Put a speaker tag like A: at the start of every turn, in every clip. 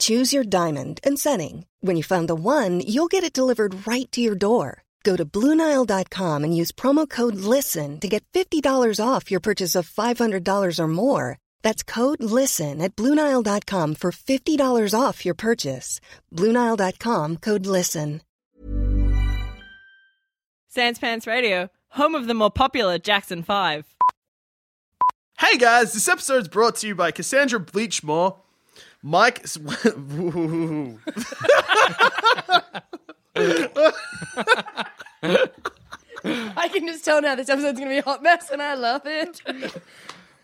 A: Choose your diamond and setting. When you find the one, you'll get it delivered right to your door. Go to Bluenile.com and use promo code LISTEN to get $50 off your purchase of $500 or more. That's code LISTEN at Bluenile.com for $50 off your purchase. Bluenile.com code LISTEN.
B: Sans Pants Radio, home of the more popular Jackson 5.
C: Hey guys, this episode is brought to you by Cassandra Bleachmore, Mike. S- Ooh.
D: I can just tell now this episode's gonna be a hot mess, and I love it.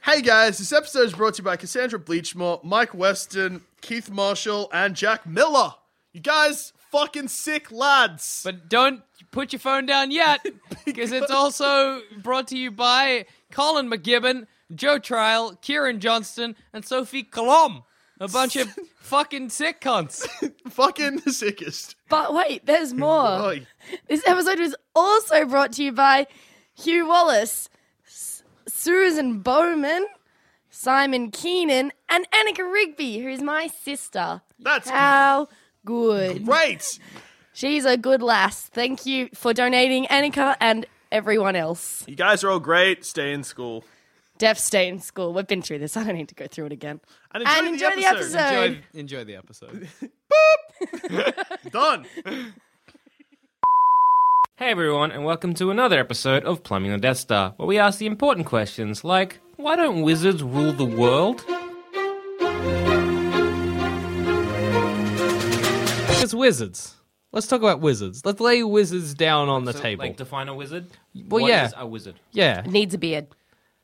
C: hey guys, this episode is brought to you by Cassandra Bleachmore, Mike Weston, Keith Marshall, and Jack Miller. You guys, fucking sick lads.
E: But don't put your phone down yet, because it's also brought to you by Colin McGibbon, Joe Trial, Kieran Johnston, and Sophie Colom. A bunch of fucking sick cunts.
C: fucking the sickest.
D: But wait, there's more.
C: Oi.
D: This episode was also brought to you by Hugh Wallace, S- Susan Bowman, Simon Keenan, and Annika Rigby, who's my sister.
C: That's
D: How good.
C: great.
D: She's a good lass. Thank you for donating, Annika, and everyone else.
C: You guys are all great. Stay in school.
D: Def stay in school. We've been through this. I don't need to go through it again.
C: And
D: And enjoy the episode.
E: Enjoy, enjoy the episode.
C: Done.
F: Hey everyone, and welcome to another episode of Plumbing the Death Star, where we ask the important questions like why don't wizards rule the world?
E: It's wizards. Let's talk about wizards. Let's lay wizards down on the
F: So,
E: table.
F: Like define a wizard?
E: Well,
F: What
E: yeah.
F: is a wizard?
E: yeah.
D: Needs a beard.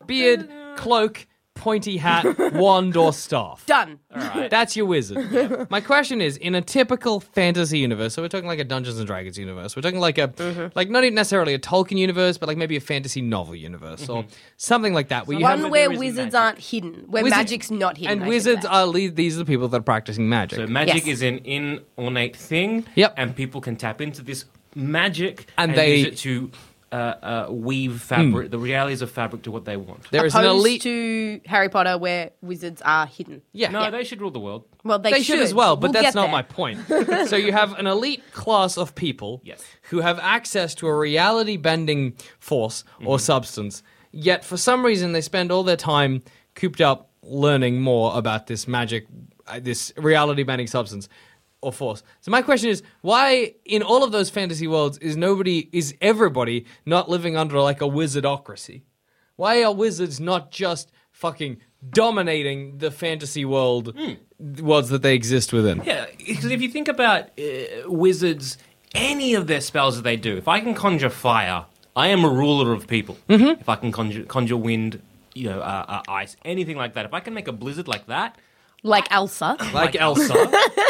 E: Beard, cloak, pointy hat, wand, or staff.
D: Done.
E: That's your wizard. My question is, in a typical fantasy universe, so we're talking like a Dungeons and Dragons universe. We're talking like a,
D: Mm-hmm.
E: like not even necessarily a Tolkien universe, but like maybe a fantasy novel universe or
D: Mm-hmm.
E: something like that. Where you
D: One
E: have
D: where wizards aren't hidden, where
E: Wizard-
D: magic's not hidden. I
E: and
D: should
E: wizards
D: say.
E: are lead, these are the people that are practicing magic.
F: So magic
D: Yes.
F: is an inordinate thing,
E: Yep.
F: and people can tap into this magic
E: And they-
F: use it to uh, uh, weave fabric, the realities of fabric to what they want.
E: there is an
D: opposed
E: elite.
D: to Harry Potter where wizards are hidden.
E: yeah.
F: no, they should rule the world.
D: Well, they,
E: they, should, as well, but
D: We'll get
E: that's not
D: there.
E: my point. so you have an elite class of people
F: Yes.
E: who have access to a reality bending force or substance, yet for some reason they spend all their time cooped up learning more about this magic, uh, this reality bending substance or force. So my question is, why in all of those fantasy worlds is nobody, is everybody not living under like a wizardocracy? Why are wizards not just fucking dominating the fantasy world th- worlds that they exist within?
F: Yeah, because if you think about uh, wizards, any of their spells that they do, if I can conjure fire, I am a ruler of people.
E: Mm-hmm.
F: If I can conjure, conjure wind, you know, uh, uh, ice, anything like that, if I can make a blizzard like that,
D: Like Elsa.
E: Like Elsa.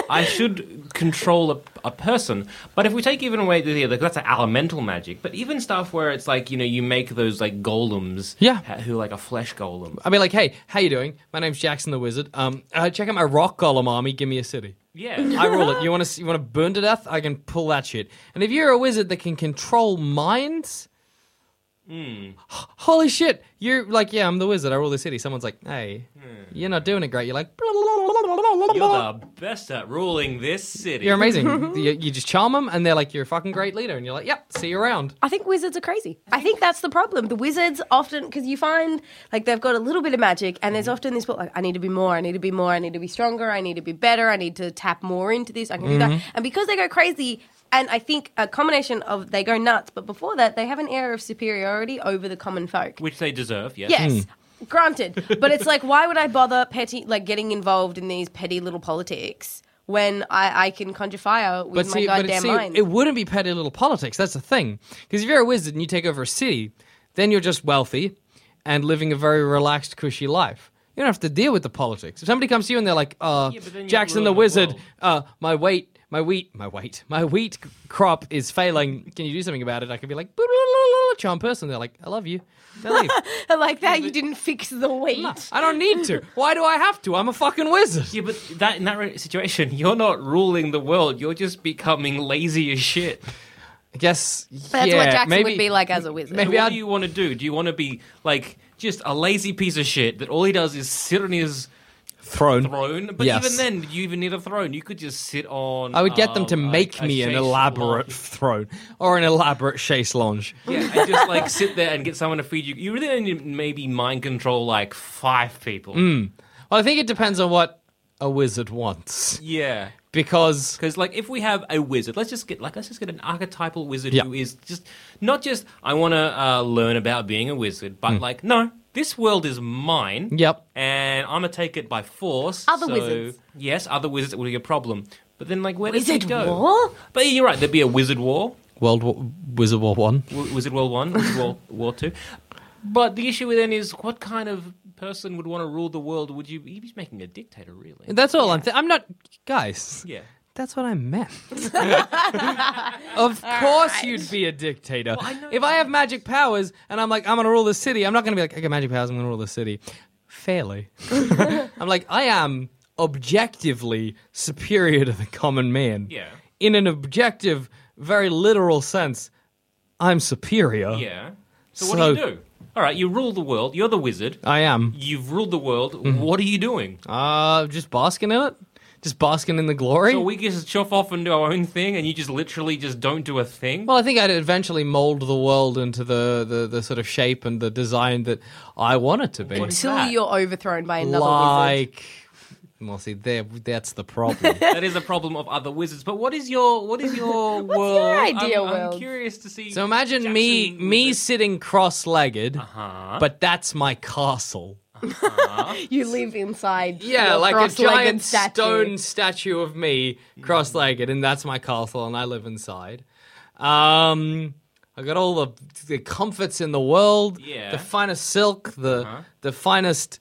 F: I should control a, a person. But if we take even away the, the that's elemental magic, but even stuff where it's like you know you make those like golems,
E: Yeah.
F: ha- who are like a flesh golem.
E: I mean, like, hey, how you doing? My name's Jackson the Wizard. Um, uh, check out my rock golem army. Give me a city.
F: Yeah,
E: I rule it. You want to you want to burn to death? I can pull that shit. And if you're a wizard that can control minds, h- holy shit! You're like, yeah, I'm the wizard. I rule the city. Someone's like, hey, you're not doing it great. You're like,
F: you're the best at ruling this city.
E: You're amazing. you, you just charm them, and they're like, "You're a fucking great leader," and you're like, "Yep, see you around."
D: I think wizards are crazy. I think that's the problem. The wizards often, because you find like they've got a little bit of magic, and there's often this, like, I need to be more, I need to be
E: Mm-hmm.
D: more, I need to be stronger, I need to be better, I need to tap more into this, I can do that. And because they go crazy,
G: and I think a combination of they go nuts, but before that, they have an air of superiority over the common folk.
F: Which they deserve, yes.
G: Yes.
E: Mm.
G: Granted, but it's like, why would I bother petty, like getting involved in these petty little politics when I, I can conjure fire with
E: But
G: my
E: see, but
G: goddamn
E: see,
G: mind?
E: it wouldn't be petty little politics. That's the thing. Because if you're a wizard and you take over a city, then you're just wealthy and living a very relaxed, cushy life. You don't have to deal with the politics. If somebody comes to you and they're like, uh,
F: but then you're
E: Jackson the
F: ruining the
E: Wizard,
F: world.
E: uh, my weight, my wheat, my weight, my wheat c- crop is failing. Can you do something about it? I could be like, charm person. They're like, I love you. They leave.
G: like that,
E: Mm.
G: you didn't fix the wheat.
E: I don't need to. Why do I have to? I'm a fucking wizard.
F: Yeah, but that in that re- situation, you're not ruling the world. You're just becoming lazy as shit.
E: I guess.
G: That's
E: yeah,
G: what Jackson
E: maybe,
G: would be like as a wizard.
E: maybe-
F: So what
E: I'd-
F: do you want to do? Do you want to be like just a lazy piece of shit that all he does is sit on his
E: Throne.
F: throne? But
E: Yes.
F: even then, do you even need a throne? You could just sit on.
E: I would get them to
F: um, a-
E: make
F: a
E: me an
F: chaise
E: elaborate
F: longue.
E: throne or an elaborate chaise lounge.
F: Yeah, and just like sit there and get someone to feed you. You really only need maybe mind control like five people.
E: Mm. Well, I think it depends on what a wizard wants
F: Yeah.
E: because
F: Because like if we have a wizard, let's just get like let's just get an archetypal wizard
E: Yeah.
F: who is just not just I want to uh, learn about being a wizard, but like no, this world is mine.
E: Hmm. Yep.
F: and I'm gonna take it by force.
G: Other
F: so-
G: wizards.
F: yes, other wizards will be a problem. But then like where does
G: Wizard
F: it go?
G: war?
F: But yeah, you're right, there'd be a wizard war,
E: World War, Wizard War One.
F: w- Wizard World One, Wizard World War Two. But the issue then is what kind of person would want to rule the world? Would you? You'd be making a dictator, really.
E: That's all I'm. Th- I'm not, guys.
F: yeah.
E: That's what I meant. of course, you'd be a dictator. if I have magic powers and I'm like, I'm gonna rule the city, I'm not gonna be like, I got magic powers, I'm gonna rule the city. Fairly, I'm like, I am objectively superior to the common man.
F: Yeah.
E: In an objective, very literal sense, I'm superior.
F: Yeah. So, what do
E: So-
F: you do? All right, you rule the world. You're the wizard.
E: I am.
F: You've ruled the world.
G: Mm-hmm.
F: What are you doing?
E: Uh, just basking in it. Just basking in the glory.
F: So we just chuff off and do our own thing, and you just literally just don't do a thing.
E: Well, I think I'd eventually mold the world into the, the, the sort of shape and the design that I want it to be.
G: Until you're overthrown by another wizard.
E: like, well, see, there, that's the problem.
F: that is a problem of other wizards. But what is your what is your world?
G: ideal
F: I'm, I'm
G: world?
F: curious to see.
E: so imagine me
F: Jackson
E: me
F: wizard.
E: sitting cross-legged,
G: Uh-huh.
E: but that's my castle.
G: You live inside.
E: Yeah,
G: your
E: like a
G: cross-legged
E: giant
G: statue.
E: stone statue of me cross-legged, and that's my castle, and I live inside. Um, I got all the, the comforts in the world,
F: Yeah. Uh-huh.
E: the finest silk, the the finest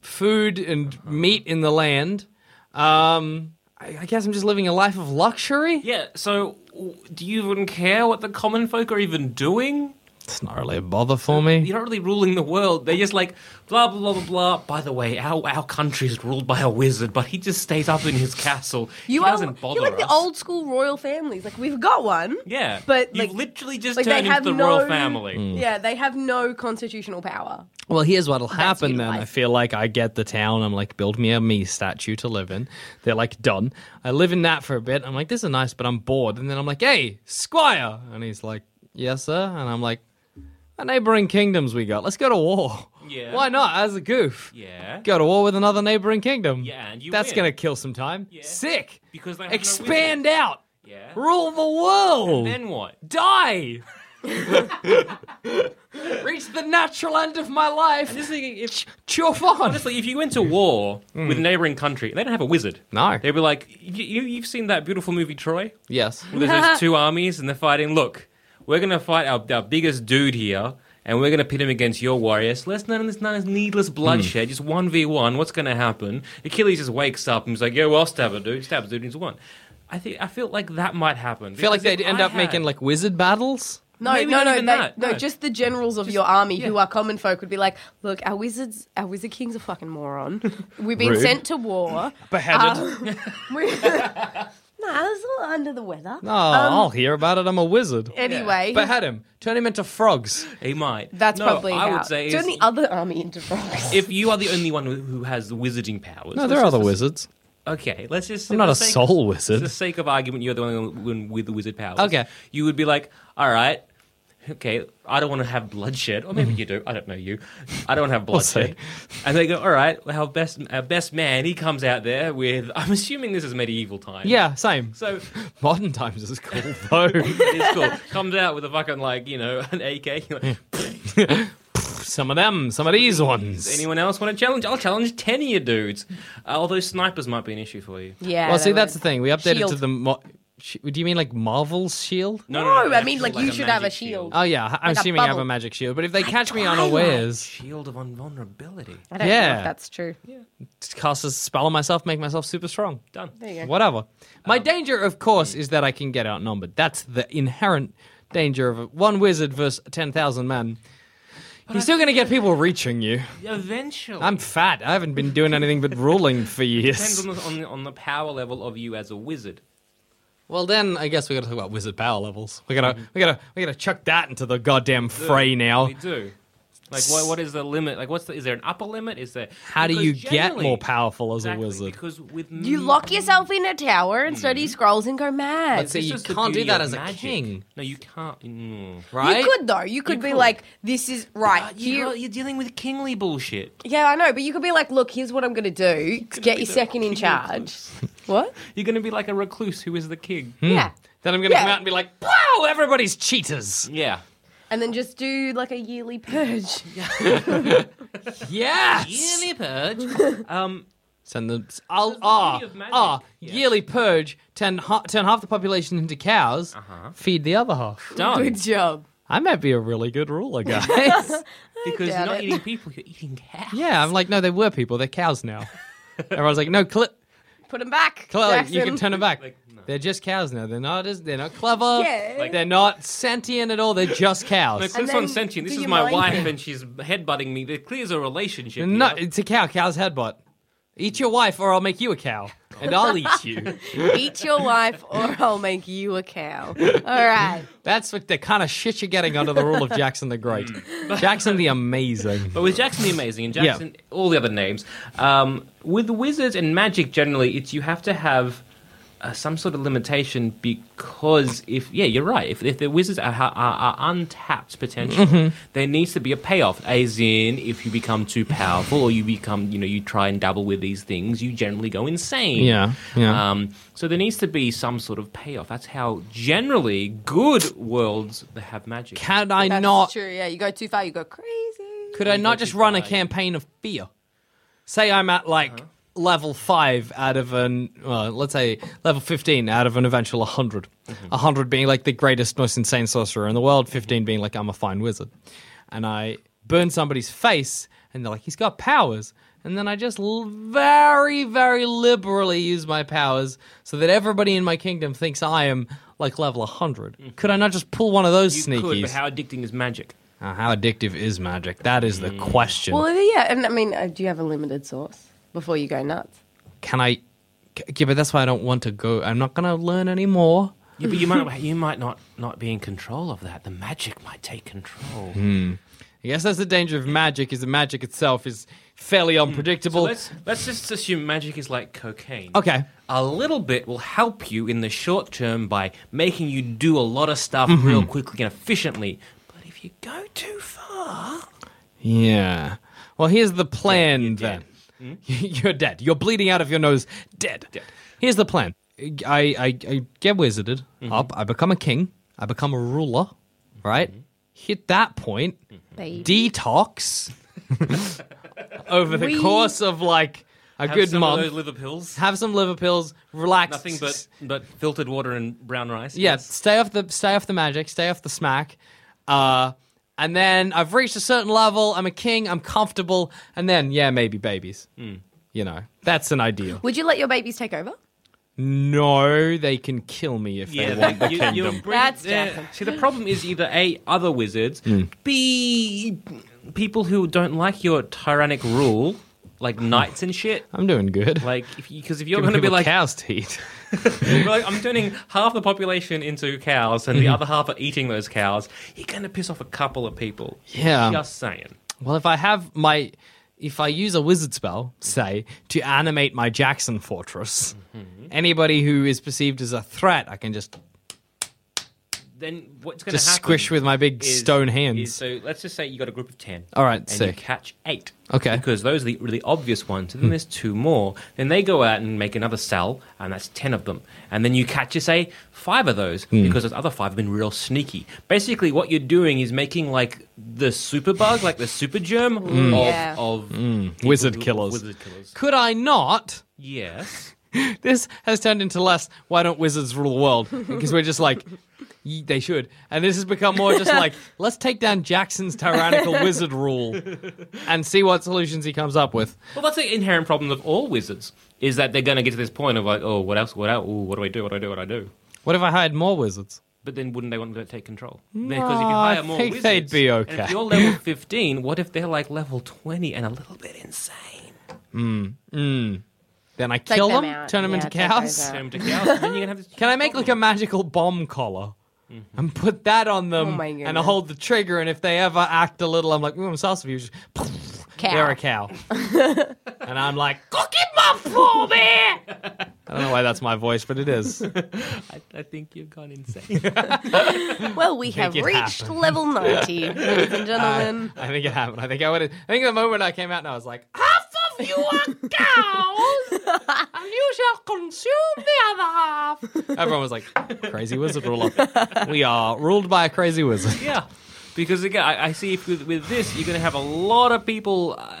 E: food and meat in the land. Um, I, I guess I'm just living a life of luxury.
F: Yeah. So w- do you even care what the common folk are even doing?
E: It's not really a bother for me.
F: You're not really ruling the world. They're just like blah blah blah blah blah. By the way, our our country is ruled by a wizard, but he just stays up in his castle.
G: You
F: he
G: are,
F: doesn't bother
G: you're like
F: us.
G: the old school royal families. Like we've got one.
F: Yeah,
G: but
F: you've
G: like,
F: literally just
G: like, they
F: turned into
G: have
F: the
G: no- Mm.
F: royal family.
G: yeah, they have no constitutional power.
E: Well, here's what'll happen
G: your
E: then.
G: life.
E: I feel like I get the town. I'm like, build me a me statue to live in. They're like, done. I live in that for a bit. I'm like, this is nice, but I'm bored. And then I'm like, hey, squire. And he's like, yes, sir. And I'm like, the neighboring kingdoms we got. Let's go to war.
F: Yeah.
E: Why not? As a goof.
F: Yeah.
E: Go to war with another neighboring kingdom.
F: Yeah, and you
E: That's
F: win.
E: gonna kill some time. Sick.
F: Because they have no
E: expand
F: wizard.
E: out.
F: Yeah.
E: Rule the world.
F: Then what?
E: die. Reach the natural end of my life. Ch- chuff on.
F: Honestly, if you went to war with a neighboring country, they don't have a wizard.
E: Mm. No.
F: They'd be like, you, you, you've seen that beautiful movie Troy?
E: Yes.
F: Where there's those two armies and they're fighting. Look, we're going to fight our, our biggest dude here and we're going to pit him against your warriors. Let's none of this none of this
E: Hmm.
F: needless bloodshed. Just 1v1. What's going to happen? Achilles just wakes up and he's like, yeah, well, I'll stab a dude. Stabs a dude and he's won. I, think, I feel like that might happen.
E: I feel like they'd end up making like wizard battles.
G: No,
F: Maybe
G: no,
F: not
G: no,
F: even
G: they-
F: that,
G: no,
F: no.
G: Just the generals of your army who are common folk would be like, "Look, our wizards, our wizard king's a fucking moron. We've been
E: Rude.
G: sent to war. Um,
E: Beheaded.
G: We- nah, it's all under the weather.
E: oh, I'll hear about it. I'm a wizard.
G: Um, Anyway,
E: Behead him. Turn him into frogs.
F: He might.
G: that's
F: No,
G: probably
F: I
G: how.
F: would say
G: turn
F: is-
G: the other army into frogs.
F: if you are the only one who- who has the wizarding powers.
E: No,
F: let's
E: there are
F: just
E: other
F: assume-
E: wizards.
F: Okay, let's just.
E: I'm not
F: for
E: a
F: the sake-
E: soul
F: For
E: wizard.
F: the sake of argument, you're the only one with the wizard powers.
E: Okay.
F: You would be like, all right, okay, I don't want to have bloodshed, or
E: Mm-hmm.
F: maybe you do. I don't know you. I don't want to have bloodshed. and they go, all right, well, our best, our best man, he comes out there with. I'm assuming this is medieval time.
E: Yeah, same.
F: So
E: Modern times is cool though.
F: it's cool. Comes out with a fucking like you know an AK. Like,
E: some of them, some of these ones.
F: Anyone else want to challenge? I'll challenge ten of you dudes. Uh, although snipers might be an issue for you.
G: Yeah.
E: well, see,
G: they
E: that's the
G: would.
E: thing. We updated to
G: Shield.
E: the. Mo- sh- do you mean like Marvel's shield?
F: No,
G: No, I mean, like, you should have a
F: magic
G: shield.
E: Oh yeah, I- I'm
G: Like a
E: assuming I have a
G: bubble.
E: magic shield. But if they catch me unawares,
F: Shield of invulnerability.
G: I don't know if
E: Yeah.
G: that's true.
E: just cast a spell on myself, make myself super strong.
F: Done.
E: Whatever. My
F: Um,
E: danger, of course, is that I can get outnumbered. That's the inherent danger of a- one wizard versus ten thousand men. You're still going to get people reaching you.
F: Eventually.
E: I'm fat. I haven't been doing anything but ruling for
F: Depends
E: years.
F: on the, on, the, on the power level of you as a wizard.
E: Well, then I guess we got to talk about wizard power levels. We gotta, we gotta, we gotta chuck that into the goddamn fray now.
F: Mm-hmm. We do. Like, what, what is the limit? Like, what's the, is there an upper limit? Is there
E: How do
F: because
E: you get
F: generally-
E: more powerful as
F: Exactly,
E: a wizard?
F: Because with
G: You lock yourself in a tower and study scrolls and go mad.
E: Let's see, you can't do that as a king.
F: No, you can't. Mm.
E: Right?
G: You could though. You could be like, "This is right
F: You,
G: here."
F: are you're dealing with kingly bullshit.
G: Yeah, I know, but you could be like, "Look, here's what I'm going to do to get your second in charge." What?
F: You're going to be like a recluse who is the king.
E: Hmm.
G: Yeah,
E: Then I'm gonna
G: Yeah.
E: come out and be like, "Wow, everybody's cheaters."
F: Yeah.
G: and then just do like a yearly purge.
E: Yes.
F: purge. um,
E: Send them. I'll
F: the
E: ah
F: beauty of magic.
E: ah
F: Yeah.
E: yearly purge. Turn ha- turn half the population into cows.
F: Uh-huh.
E: Feed the other half.
F: done.
G: Good job.
E: I might be a really good ruler, guys.
F: because you're
G: doubt
F: not
G: it.
F: eating people, you're eating cows.
E: yeah, I'm like, no, they were people. They're cows now. Everyone's like, no, cl-
G: Put him back.
E: Clearly, you
G: Jackson.
E: can turn it back.
F: Like, no.
E: They're just cows now. They're not as they're not clever.
G: Yeah. Like-
E: they're not sentient at all. They're just
F: Like,
E: cows.
F: this
G: then
F: one's sentient. This
G: do
F: is
G: you
F: my
G: mind-
F: wife, and she's headbutting me. There clears a relationship.
E: no,
F: here.
E: it's a cow. Cow's headbutt. Eat your wife, or I'll make you a cow, and I'll eat you.
G: Eat your wife, or I'll make you a cow. All right.
E: That's what the kind of shit you're getting under the rule of Jackson the Great, Jackson the Amazing.
F: But with Jackson the Amazing and Jackson, all the other names, um, with wizards and magic generally, it's you have to have uh, some sort of limitation because if yeah, you're right. If, if the wizards are, are, are untapped potential,
E: Mm-hmm.
F: there needs to be a payoff. As in, if you become too powerful or you become, you know, you try and dabble with these things, you generally go insane.
E: Yeah, yeah.
F: Um, so there needs to be some sort of payoff. That's how generally good worlds have magic.
E: Can I
G: That's
E: not?
G: true. Yeah, you go too far, you go crazy.
E: Could I not just run a campaign of fear? Say I'm at like
F: Uh-huh.
E: level five out of an, well, let's say level 15 out of an eventual 100.
F: Mm-hmm.
E: 100 being like the greatest, most insane sorcerer in the world, 15 being like I'm a fine wizard. And I burn somebody's face and they're like, he's got powers. And then I just l- very, very liberally use my powers so that everybody in my kingdom thinks I am like level 100. Could I not just pull one of those
F: Mm-hmm. You
E: sneakies?
F: could, but how addicting is magic?
E: Uh, how addictive is magic? That is
F: Mm.
E: the question.
G: Well, yeah, and I mean, uh, do you have a limited source before you go nuts?
E: Can I? c- Yeah, but that's why I don't want to go. I'm not going to learn anymore.
F: Yeah, but you might you might not not be in control of that. The magic might take control.
E: I guess that's the danger of magic. Is the magic itself is fairly
F: Hmm. So
E: unpredictable.
F: let's let's just assume magic is like cocaine.
E: okay.
F: A little bit will help you in the short term by making you do a lot of stuff real quickly and efficiently. But if you go too far,
E: Yeah. Well, here's the plan
F: you're
E: then.
F: dead. Hmm?
E: You're dead. You're bleeding out of your nose. Dead. Here's the plan. I, I, I get wizarded
F: Hmm.
E: up. I become a king. I become a ruler. Right?
F: Hmm.
E: Hit that point.
G: Baby.
E: Detox. over the course of like a
F: have
E: good
F: some
E: month.
F: of those liver pills.
E: have some liver pills, relax.
F: Nothing but but filtered water and brown rice.
E: yeah, stay off the stay off the magic, stay off the smack. Uh and then I've reached a certain level, I'm a king, I'm comfortable, and then yeah, maybe babies.
F: Hmm.
E: You know, that's an ideal.
G: Would you let your babies take over?
E: No, they can kill me if
F: Yeah,
E: they want the
F: you- you're
E: kingdom.
F: bringing-
G: That's
F: yeah.
G: Jackson.
F: See, the problem is either a other wizards,
E: Hmm.
F: b people who don't like your tyrannic rule, like knights and shit.
E: I'm doing good.
F: Like, because if, you're
E: Giving
F: going to be
E: people
F: like,
E: cows to eat.
F: you're like, I'm turning half the population into cows, and
E: Hmm.
F: the other half are eating those cows, you're going to piss off a couple of people.
E: Yeah.
F: just saying.
E: Well, if I have my, if I use a wizard spell, say, to animate my Jackson
F: Mm-hmm.
E: fortress, anybody who is perceived as a threat, I can just
F: then what's going to happen?
E: Just squish with my big
F: is-
E: stone hands.
F: is- so let's just say you got a group of ten.
E: All right,
F: and
E: sick.
F: You catch eight.
E: Okay. Hmm.
F: Because those are the really obvious ones. And then there's two more. Then they go out and make another cell, and that's ten of them. And then you catch, you say, five of those
E: Hmm.
F: because those other five have been real sneaky. Basically, what you're doing is making like the super bug, like the super germ of,
G: Yeah.
F: of people
E: Hmm. Wizard
F: who-
E: killers.
F: Wizard killers.
E: Could I not?
F: Yes.
E: This has turned into less. Why don't wizards rule the world? Because we're just like. "Ye- They should, and this has become more just like let's take down Jackson's tyrannical wizard rule, and see what solutions he comes up with.
F: Well, that's the inherent problem of all wizards is that they're going to get to this point of like, oh, what else? What else? Ooh, what do I do? What do I do? What do I do?
E: What if I hired more wizards?
F: But then wouldn't they want to take control?
E: No, Mm. Oh, I think they'd be
F: and
E: okay.
F: if you're level 15, what if they're like level 20 and a little bit insane?
E: Then I kill
G: them
E: them,
G: out.
E: turn them
G: Yeah,
E: into
G: take
E: cows.
G: those out.
F: Turn them to cows, and then you're gonna have this
E: Can I make like a magical bomb collar and put that on them
G: Oh my
E: and
G: goodness.
E: hold the trigger? And if they ever act a little, I'm like, mm, I'm sauce of you. Just,
G: Cow.
E: They're a cow. and I'm like, cook him up for me. I don't know why that's my voice, but it is.
F: I, I think you've gone insane.
G: Well, we have
E: it
G: reached
E: Hmm. happen. Uh,
G: level 90, ladies and gentlemen.
E: I think it happened. I think I would. I think the moment I came out, and I was like, half of you are cows, and you shall consume the other half. Everyone was like, crazy wizard ruler. we are ruled by a crazy wizard.
F: yeah. Because again, I, I see if with, with this, you're going to have a lot of people uh,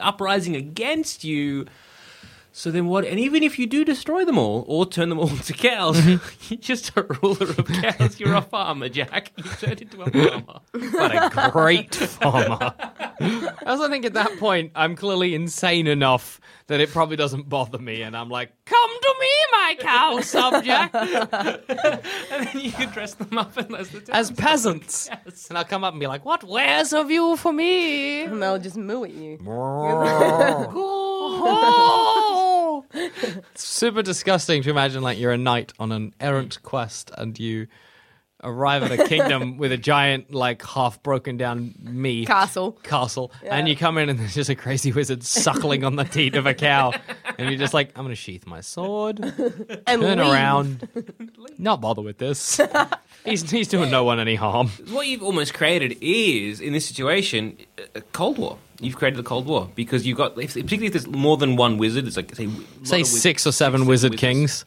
F: uprising against you. So then what? And even if you do destroy them all or turn them all into cows,
E: Mm-hmm.
F: you're just a ruler of cows. You're a farmer, Jack. You turned into a farmer.
E: What a great farmer. I also think at that point, I'm clearly insane enough that it probably doesn't bother me. And I'm like, come to me, my cow subject,
F: and then you can dress them up and that's the
E: as peasants. And I'll come up and be like, what wares of you for me?
G: And they'll just moo at you.
E: It's super disgusting to imagine like you're a knight on an errant quest and you arrive at a kingdom with a giant, like half broken down me
G: Castle.
E: castle, and you come in and there's just a crazy wizard suckling on the teat of a cow, and you're just like, I'm gonna sheath my sword,
G: And
E: turn
G: leave.
E: around, not bother with this. He's he's doing no one any harm.
F: What you've almost created is, in this situation, a- a Cold War. You've created the Cold War because you've got, if, particularly if there's more than one wizard, it's like, say, lot
E: Say
F: of wiz-
E: six or seven wizard
F: wizards.
E: kings.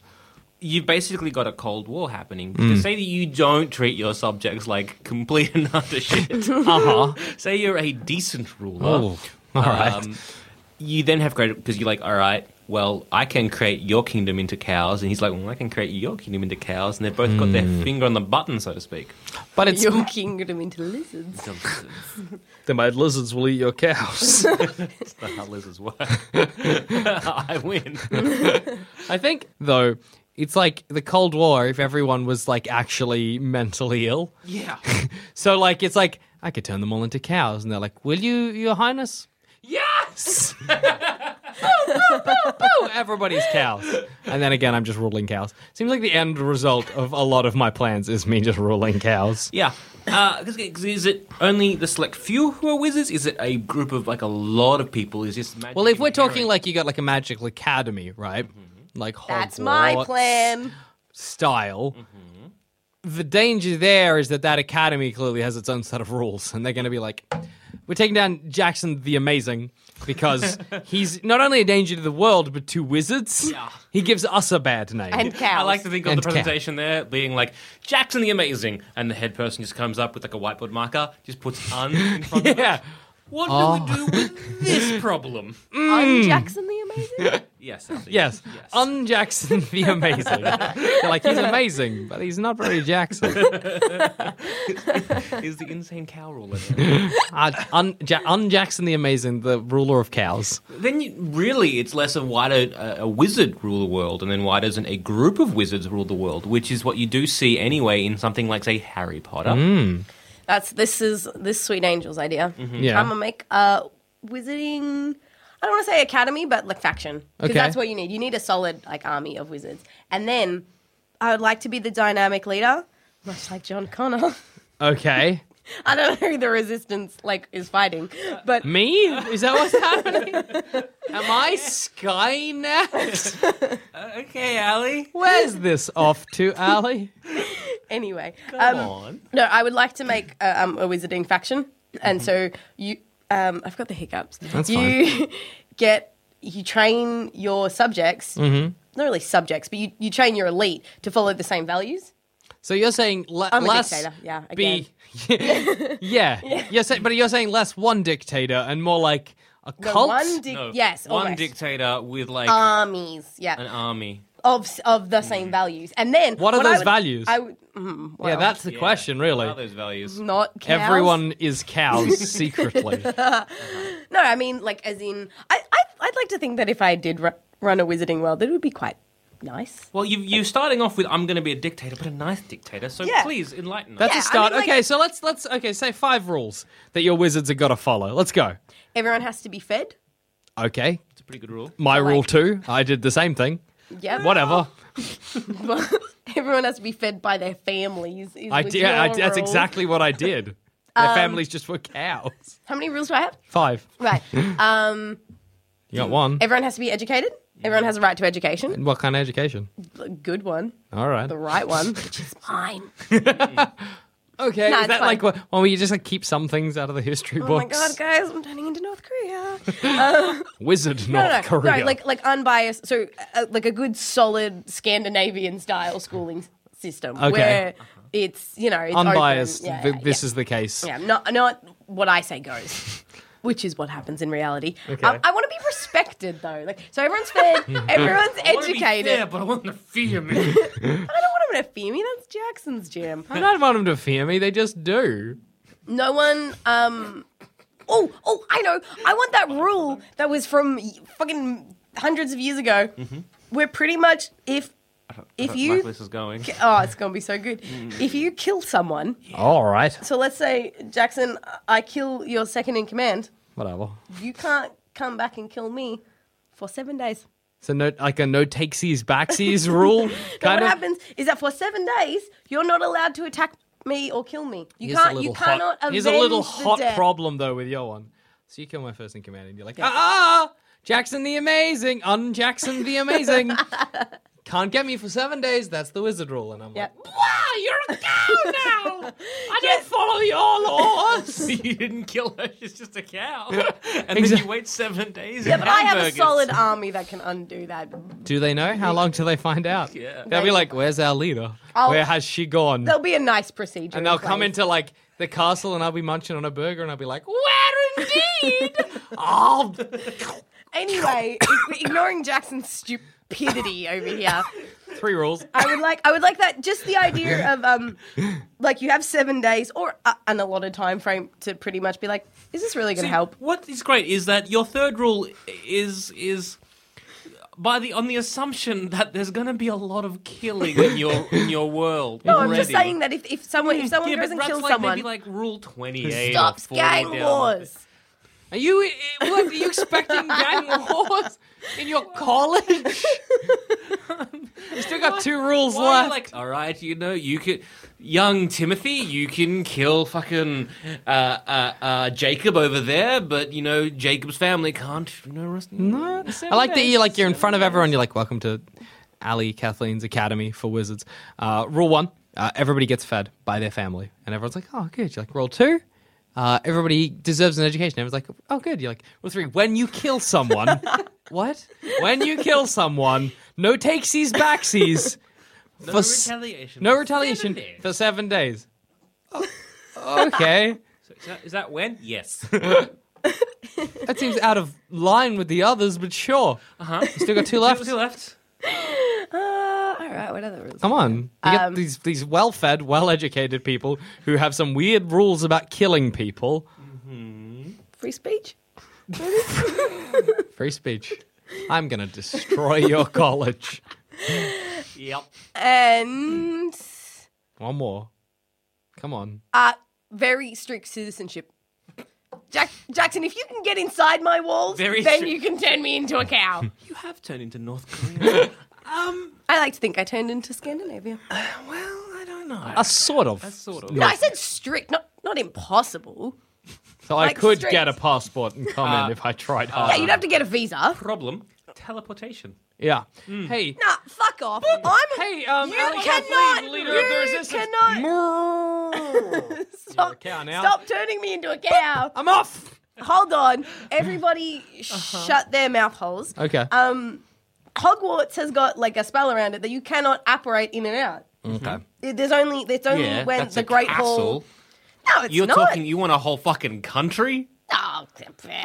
F: You've basically got a Cold War happening.
E: Mm.
F: Because say that you don't treat your subjects like complete and utter shit.
E: Uh huh.
F: say you're a decent ruler.
E: Oh, all right.
F: you then have created, because you're like, all right, well, I can create your kingdom into cows. And he's like, well, I can create your kingdom into cows. And they've both got
E: Mm.
F: their finger on the button, so to speak.
E: but it's
G: Your kingdom into lizards.
E: then my lizards will eat your cows.
F: That's how lizards work. I win.
E: I think though. It's like the Cold War if everyone was like actually mentally ill.
F: Yeah.
E: So like it's like I could turn them all into cows and they're like, "Will you, your highness?"
F: Yes!
E: Oh, everybody's cows. And then again, I'm just ruling cows. Seems like the end result of a lot of my plans is me just ruling cows.
F: Yeah. Uh, 'cause- 'cause is it only the select few who are wizards? Is it a group of like a lot of people? Is this magic
E: Well, if we're
F: inherent?
E: talking like you got like a magical academy, right? Like Hogwarts
G: Mm-hmm. That's my plan.
E: style.
F: Mm-hmm.
E: The danger there is that that academy clearly has its own set of rules, and they're going to be like, "We're taking down Jackson the Amazing because he's not only a danger to the world but to wizards.
F: Yeah.
E: He gives us a bad name."
G: And cows.
F: I like to think of
E: And
F: the presentation there being like Jackson the Amazing, and the head person just comes up with like a whiteboard marker, just puts un in front of it.
E: yeah. Oh.
F: What do we do with this problem?
E: Mm.
G: I'm Jackson the Amazing.
F: Yes. Elsie.
E: Yes.
F: Yes.
E: Un Jackson the Amazing. They're like, he's amazing, but he's not very Jackson.
F: is the insane cow ruler.
E: Uh, un-, ja- un Jackson the Amazing, the ruler of cows.
F: Then you, really, it's less of why don't a, a wizard rule the world, and then why doesn't a group of wizards rule the world, which is what you do see anyway in something like, say, Harry Potter.
E: Mm.
G: That's this is this sweet angel's idea.
E: Yeah.
G: I'm gonna make a wizarding. I don't want to say academy, but like faction, because
E: Okay.
G: that's what you need. You need a solid like army of wizards, and then I would like to be the dynamic leader, much like John Connor.
E: Okay.
G: I don't know who the resistance like is fighting, but
E: Me? Is that what's happening? Am I Skynet?
F: Okay, Ali.
E: Where's this off to, Ali?
G: anyway, um,
F: on.
G: no, I would like to make uh, um, a wizarding faction, and so you, um, I've got the hiccups.
E: That's
G: you get you train your subjects,
E: Mm-hmm.
G: not really subjects, but you, you train your elite to follow the same values.
E: So you're saying le-
G: I'm a
E: less
G: dictator, yeah,
E: be yeah. You're saying, but you're saying less one dictator and more like a
G: The
E: cult.
G: One dic-
F: No,
G: yes, Uh,
F: one uh,
G: almost.
F: dictator with like
G: armies, yeah,
F: an army.
G: of of the
F: Mm.
G: same values, and then
E: What are
G: I
E: those
G: would-
E: values?
G: I would, mm, well,
E: yeah, that's the question, really.
F: What are those values?
G: not cows.
E: Everyone is cows secretly.
G: No, I mean, like, as in, I, I, I'd like to think that if I did ru- run a wizarding world, it would be quite nice.
F: Well, you you're starting off with I'm going to be a dictator, but a nice dictator. So
G: Yeah.
F: please enlighten us.
E: That's
G: Yeah, I
E: a start.
G: mean, like-
E: okay, so let's let's okay, say five rules that your wizards have got to follow. Let's go.
G: Everyone has to be fed.
E: Okay,
F: That's a pretty good rule.
E: my rule two. I did the same thing.
G: Yeah.
E: Whatever.
G: Everyone has to be fed by their families. Is
E: I
G: was
E: did. I,
G: your Um,
E: did- that's
G: rule.
E: exactly what I did. Their families just were cows.
G: How many rules do I have?
E: Five.
G: Right. Um,
E: You got one.
G: everyone has to be educated. Everyone has a right to education.
E: what kind of education?
G: A Good one.
E: All right.
G: The right one. Which is mine.
E: Okay.
G: No,
E: is
G: it's
E: that
G: fine.
E: like what? Well, you just like keep some things out of the history
G: Oh my
E: books.
G: god, guys, I'm turning into North Korea.
E: Wizard
G: No,
E: North
G: no, no,
E: Korea.
G: no, like like unbiased. So uh, like a good solid Scandinavian style schooling s- system
E: Okay.
G: where it's you know it's open.
E: unbiased.
G: Yeah,
E: th-
G: yeah,
E: this is the case.
G: yeah. Yeah, not not what I say goes. Which is what happens in reality.
E: Okay.
G: Um, I want to be respected, though. Like, so everyone's fed, everyone's educated.
F: Yeah, but I want to fear me.
G: I don't want them to fear me. That's Jackson's jam.
E: I don't want them to fear me. They just do.
G: No one. Um. Oh, oh, I know. I want that rule that was from y- fucking hundreds of years ago.
E: Mm-hmm.
G: Where pretty much if if
F: like
G: you
F: this is going.
G: oh, it's gonna be so good.
E: Mm-hmm.
G: If you kill someone,
E: All right.
G: so let's say Jackson, I kill your second in command.
E: Whatever.
G: You can't come back and kill me for seven days.
E: So no, like a no takesies backsies rule.
G: But
E: kind
G: what
E: of.
G: happens is that for seven days, you're not allowed to attack me or kill me. You
E: Here's a
G: can't.
E: little
G: You
E: hot-
G: cannot avenge
E: Here's a little
G: the
E: hot
G: death.
E: problem though with your one. So you kill my first in command, and you're like, ah, ah, Jackson the Amazing, un Jackson the Amazing. Can't get me for seven days. That's the wizard rule, and I'm
G: Yep.
E: like, wow, you're a cow now. I didn't follow your laws.
F: you didn't kill her. She's just a cow. And then
E: Exact-
F: you wait seven days.
G: Yeah, but I have a solid army that can undo that.
E: Do they know? How long till they find out?
F: Yeah.
E: They'll be like, where's our leader?
G: I'll-
E: Where has she gone?
G: There'll be a nice procedure.
E: And they'll
G: in
E: come
G: place.
E: into like the castle, and I'll be munching on a burger, and I'll be like, where indeed? oh,
G: Anyway, ig- ignoring Jackson's stupidity over here.
E: three rules.
G: I would like I would like that just the idea of um like you have 7 days or uh, an allotted time frame to pretty much be like is this really going to
F: See,
G: help?
F: What is great is that your third rule is is by the on the assumption that there's going to be a lot of killing in your in your world.
G: No, I'm just saying that if, if someone if someone
F: Mm, yeah,
G: goes
F: but
G: and
F: that's
G: kills
F: like
G: someone
F: maybe like rule twenty eight.
G: stops gang wars.
E: Are you eh, what are you expecting gang wars in your college? you still got two rules
F: Why are you
E: left.
F: like, all right, you know, you can, young Timothy, you can kill fucking uh, uh, uh, Jacob over there, but you know, Jacob's family can't, you know, rest. No,
E: I like that you like you're in front of everyone. You're like, welcome to Ali Kathleen's Academy for Wizards. Uh, rule one: uh, everybody gets fed by their family, and everyone's like, oh, good. You're like, rule two. Uh, everybody deserves an education. Everyone's like, oh, good. You're like, rule three. When you kill someone, what? When you kill someone, no takesies, backsies. No
F: retaliation.
E: No retaliation
F: Seven days.
E: for seven days. Oh, okay.
F: Is that, is that when? Yes.
E: that seems out of line with the others, but sure. Uh-huh. Still got two left.
F: Two left.
G: Uh, all right, what are the rules?
E: Come on. You
G: Um,
E: get these, these well fed, well educated people who have some weird rules about killing people.
G: Free speech?
E: Free speech. I'm going to destroy your college.
F: Yep.
G: And
E: One more. Come on.
G: uh very strict citizenship. Jack- Jackson, if you can get inside my walls,
F: Very
G: then
F: strict-
G: you can turn me into a cow.
F: You have turned into North Korea.
G: I like to think I turned into Scandinavia.
F: well, I don't know.
E: A sort of.
F: Sort of.
G: No, I said strict, not not impossible.
E: So I
G: Like
E: could
G: streets.
E: get a passport and come
F: Uh,
E: in if I tried hard.
G: Yeah, you'd have to get a visa.
F: Problem: teleportation.
E: yeah.
F: mm.
E: Hey.
G: Nah, fuck off. I'm
E: Hey, um,
G: you
E: Alex
G: cannot,
E: Halfling, leader
G: you
E: of the resistance.
G: cannot
E: Stop. Cow now.
G: stop turning me into a cow.
E: I'm off. Uh-huh.
G: Hold on, everybody, shut their mouth holes.
E: Okay.
G: Um, Hogwarts has got like a spell around it that you cannot apparate in and out.
E: okay.
G: It- There's only it's only
F: Yeah,
G: when
F: that's
G: the
F: a
G: Great
F: castle.
G: Hall. No, it's
F: You're
G: not.
F: talking. You want a whole fucking country?
G: Oh,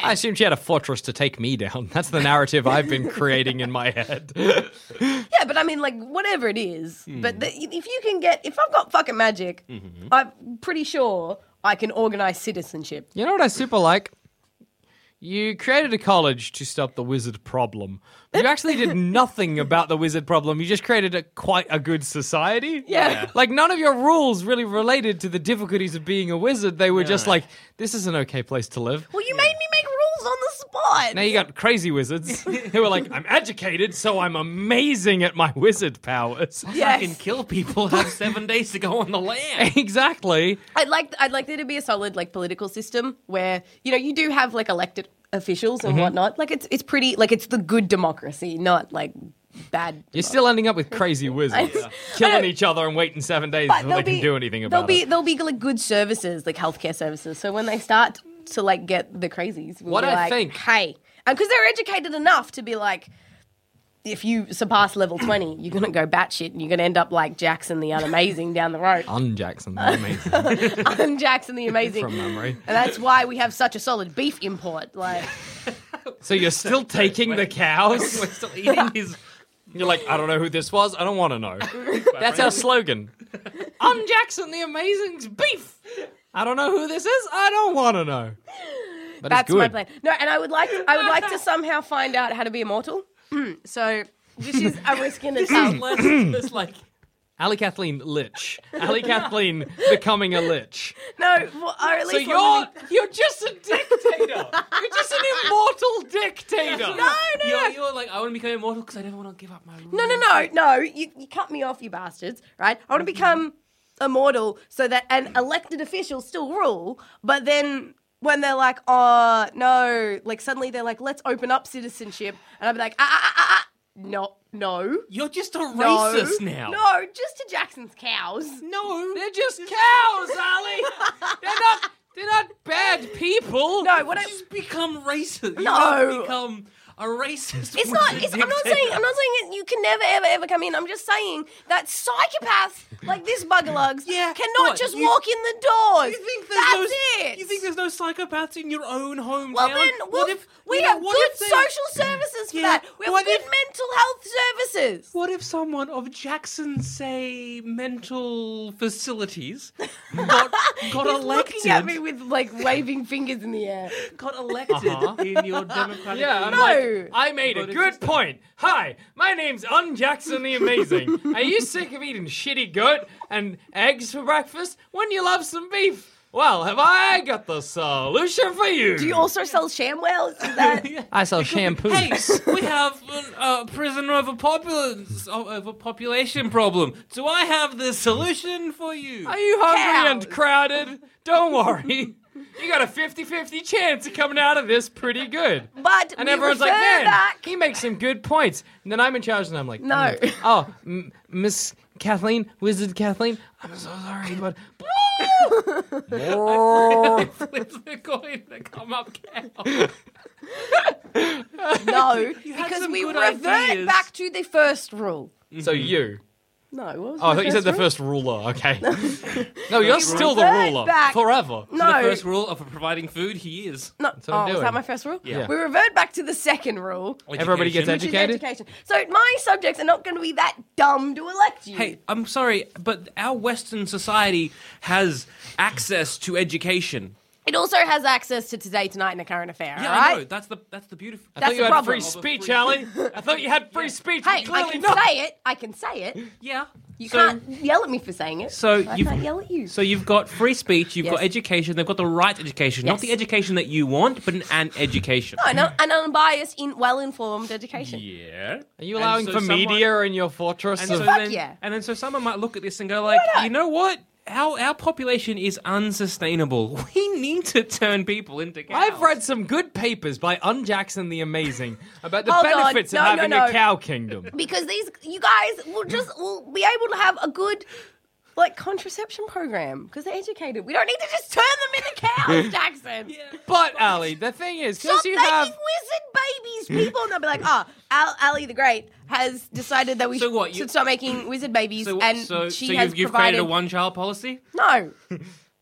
E: I assumed she had a fortress to take me down. That's the narrative I've been creating in my head.
G: Yeah, but I mean, like, whatever it is.
F: Hmm.
G: But the, if you can get, if I've got fucking magic,
F: Mm-hmm.
G: I'm pretty sure I can organize citizenship.
E: You know what I super like? You created a college to stop the wizard problem. You actually did nothing about the wizard problem. You just created a quite a good society.
G: Yeah. Yeah.
E: Like none of your rules really related to the difficulties of being a wizard. They were just like, this is an okay place to live.
G: Well, you made me make rules on the spot.
E: Now you got crazy wizards who are like, I'm educated, so I'm amazing at my wizard powers.
G: Yes.
F: Fucking kill people. Have seven days to go on the land.
E: exactly.
G: I'd like, I'd like there to be a solid like political system where you know you do have like elected officials
F: Mm-hmm.
G: and whatnot. Like it's it's pretty like it's the good democracy, not like bad.
E: You're still ending up with crazy wizards
G: I
E: killing
G: know.
E: each other and waiting seven days
G: But
E: before they
G: there'll
E: can
G: be-
E: do anything
G: there'll
E: about
G: be
E: it.
G: there'll be like good services, like healthcare services. So when they start to like get the crazies, we'll
E: What
G: be
E: I
G: like,
E: think-
G: hey, and because they're educated enough to be like, if you surpass level twenty, you're gonna go batshit and you're gonna end up like Jackson the Unamazing down the road.
E: Un Jackson, that means
G: I'm Jackson the Amazing,
E: from memory.
G: and that's why we have such a solid beef import. Like,
E: So you're still taking the
F: We're
E: cows?
F: still eating his.
E: You're like, I don't know who this was. I don't want to know. That's our slogan. Un Jackson the Amazing's beef. I don't know who this is. I don't want to know. But
G: that's
E: it's good.
G: my plan. No, and I would like I would like to somehow find out how to be immortal. so this is a risk in itself.
F: It's like
E: Allie Kathleen Lich. Allie Kathleen becoming a lich.
G: no, well, or at least
E: So
G: one living-
E: you're you're just a dictator. You're just an immortal dictator.
G: no, no,
F: you're,
G: no.
F: you're like I want to become immortal because I never want to give up my. Rule.
G: No, no, no, no. You, you cut me off, you bastards, right? I want
F: Mm-hmm.
G: to become immortal so that an elected official still rule, but then when they're like, oh, no, like suddenly they're like, let's open up citizenship. And I'll be like, ah, ah, ah, ah, ah. no, no.
F: You're just a
G: no,
F: racist now.
G: No, just to Jackson's cows.
E: No, they're just cows, Ali. they're not. They're not bad people.
G: No, what I.
F: just become racist. You
G: No.
F: don't become a
G: It's
F: racist. with
G: not.
F: a
G: It's, I'm not
F: dictator.
G: saying. I'm not saying it, you can never, ever, ever come in. I'm just saying that psychopaths like this buggerlugs
F: Yeah,
G: cannot
F: what?
G: just
F: You-
G: walk in the doors.
F: You think there's
G: That's
F: no,
G: it.
F: You think there's no psychopaths in your own hometown?
G: Well, then, well,
F: what if
G: we
F: you know,
G: have
F: what
G: good
F: if they-
G: social services for
F: Yeah,
G: that. We have
F: what
G: good
F: if-
G: mental health services.
F: What if someone of Jackson's, say, mental facilities got, got elected?
G: Looking at me with like waving fingers in the air.
F: Got elected in your democratic.
E: Yeah, I'm
G: No.
E: like, I made a
F: Voted
E: good
F: system.
E: point. Hi, my name's Un Jackson the Amazing. Are you sick of eating shitty goat and eggs for breakfast? Wouldn't you love some beef? Well, have I got the solution for you?
G: Do you also sell ShamWells? Is that
E: I sell shampoo.
F: Hey, we have a uh, prison overpopulation
E: Oh,
F: overpopulation problem. Do I have the solution for you?
E: Are you hungry
G: Cows.
E: and crowded? Don't worry. You got a 50 50 chance of coming out of this pretty good.
G: but
E: And
G: we
E: everyone's like,
G: refer
E: man,
G: back.
E: he makes some good points. And then I'm in charge, and I'm like,
G: No.
E: mm, Oh, m- Miss Kathleen, Wizard Kathleen, I'm so sorry, but.
F: It's going to come up cow.
G: No,
F: had
G: because
F: some
G: we
F: good
G: revert
F: ideas.
G: back to the first rule.
E: so you.
G: No, what was
E: Oh, I
G: my
E: thought you said the
G: rule?
E: first ruler. Okay. no, you're still the
G: Revert
E: ruler.
G: back.
E: Forever.
G: No,
F: The first rule of providing food, he is.
G: no.
E: what I'm
G: Oh, was
E: doing.
G: that my first rule?
E: Yeah.
G: We revert back to the second rule.
E: Everybody gets
F: Education.
G: Which is
E: Educated?
G: education. So my subjects are not going to be that dumb to elect you.
F: Hey, I'm sorry, but our Western society has access to education.
G: It also has access to today, tonight, and a current affair.
F: Yeah,
G: all right?
F: I know. That's the that's the beautiful.
E: I thought
G: That's
E: you
G: the
E: had
G: problem.
E: free speech, Ali. I thought you had free speech.
G: Hey, I
E: Clearly
G: can
E: not.
G: say it. I can say it.
F: yeah.
G: You
F: so,
G: can't yell at me for saying it.
F: So
G: I
F: you've
G: can't yell at you.
F: so you've got free speech. You've got
G: Yes.
F: education. They've got the right education, not
G: Yes.
F: the education that you want, but an, an education.
G: no, an, an unbiased, in, well-informed education.
F: Yeah.
E: Are you allowing for media in your fortress?
F: And
E: of-
F: so
G: Fuck
F: then,
G: yeah.
F: And then so someone might look at this and go like,
G: not?
F: you know what? our our population is unsustainable. We need to turn people into cows.
E: I've read some good papers by Unjackson the Amazing about the
G: Hold on.
E: benefits
G: No,
E: of
G: no,
E: having a
G: no.
E: cow kingdom.
G: because these you guys will just will be able to have a good like contraception program because they're educated. We don't need to just turn them into cows, Jackson.
E: But Ali, the thing is,
G: Stop
E: because you
G: making
E: have
G: wizard babies, people, and they'll be like, "Oh, Al- Ali the Great has decided that we
F: So what,
G: should
F: you-
G: start making wizard babies,
F: So,
G: and
F: so,
G: she
F: so
G: has
F: you've, you've
G: provided
F: created a one-child policy.
G: no,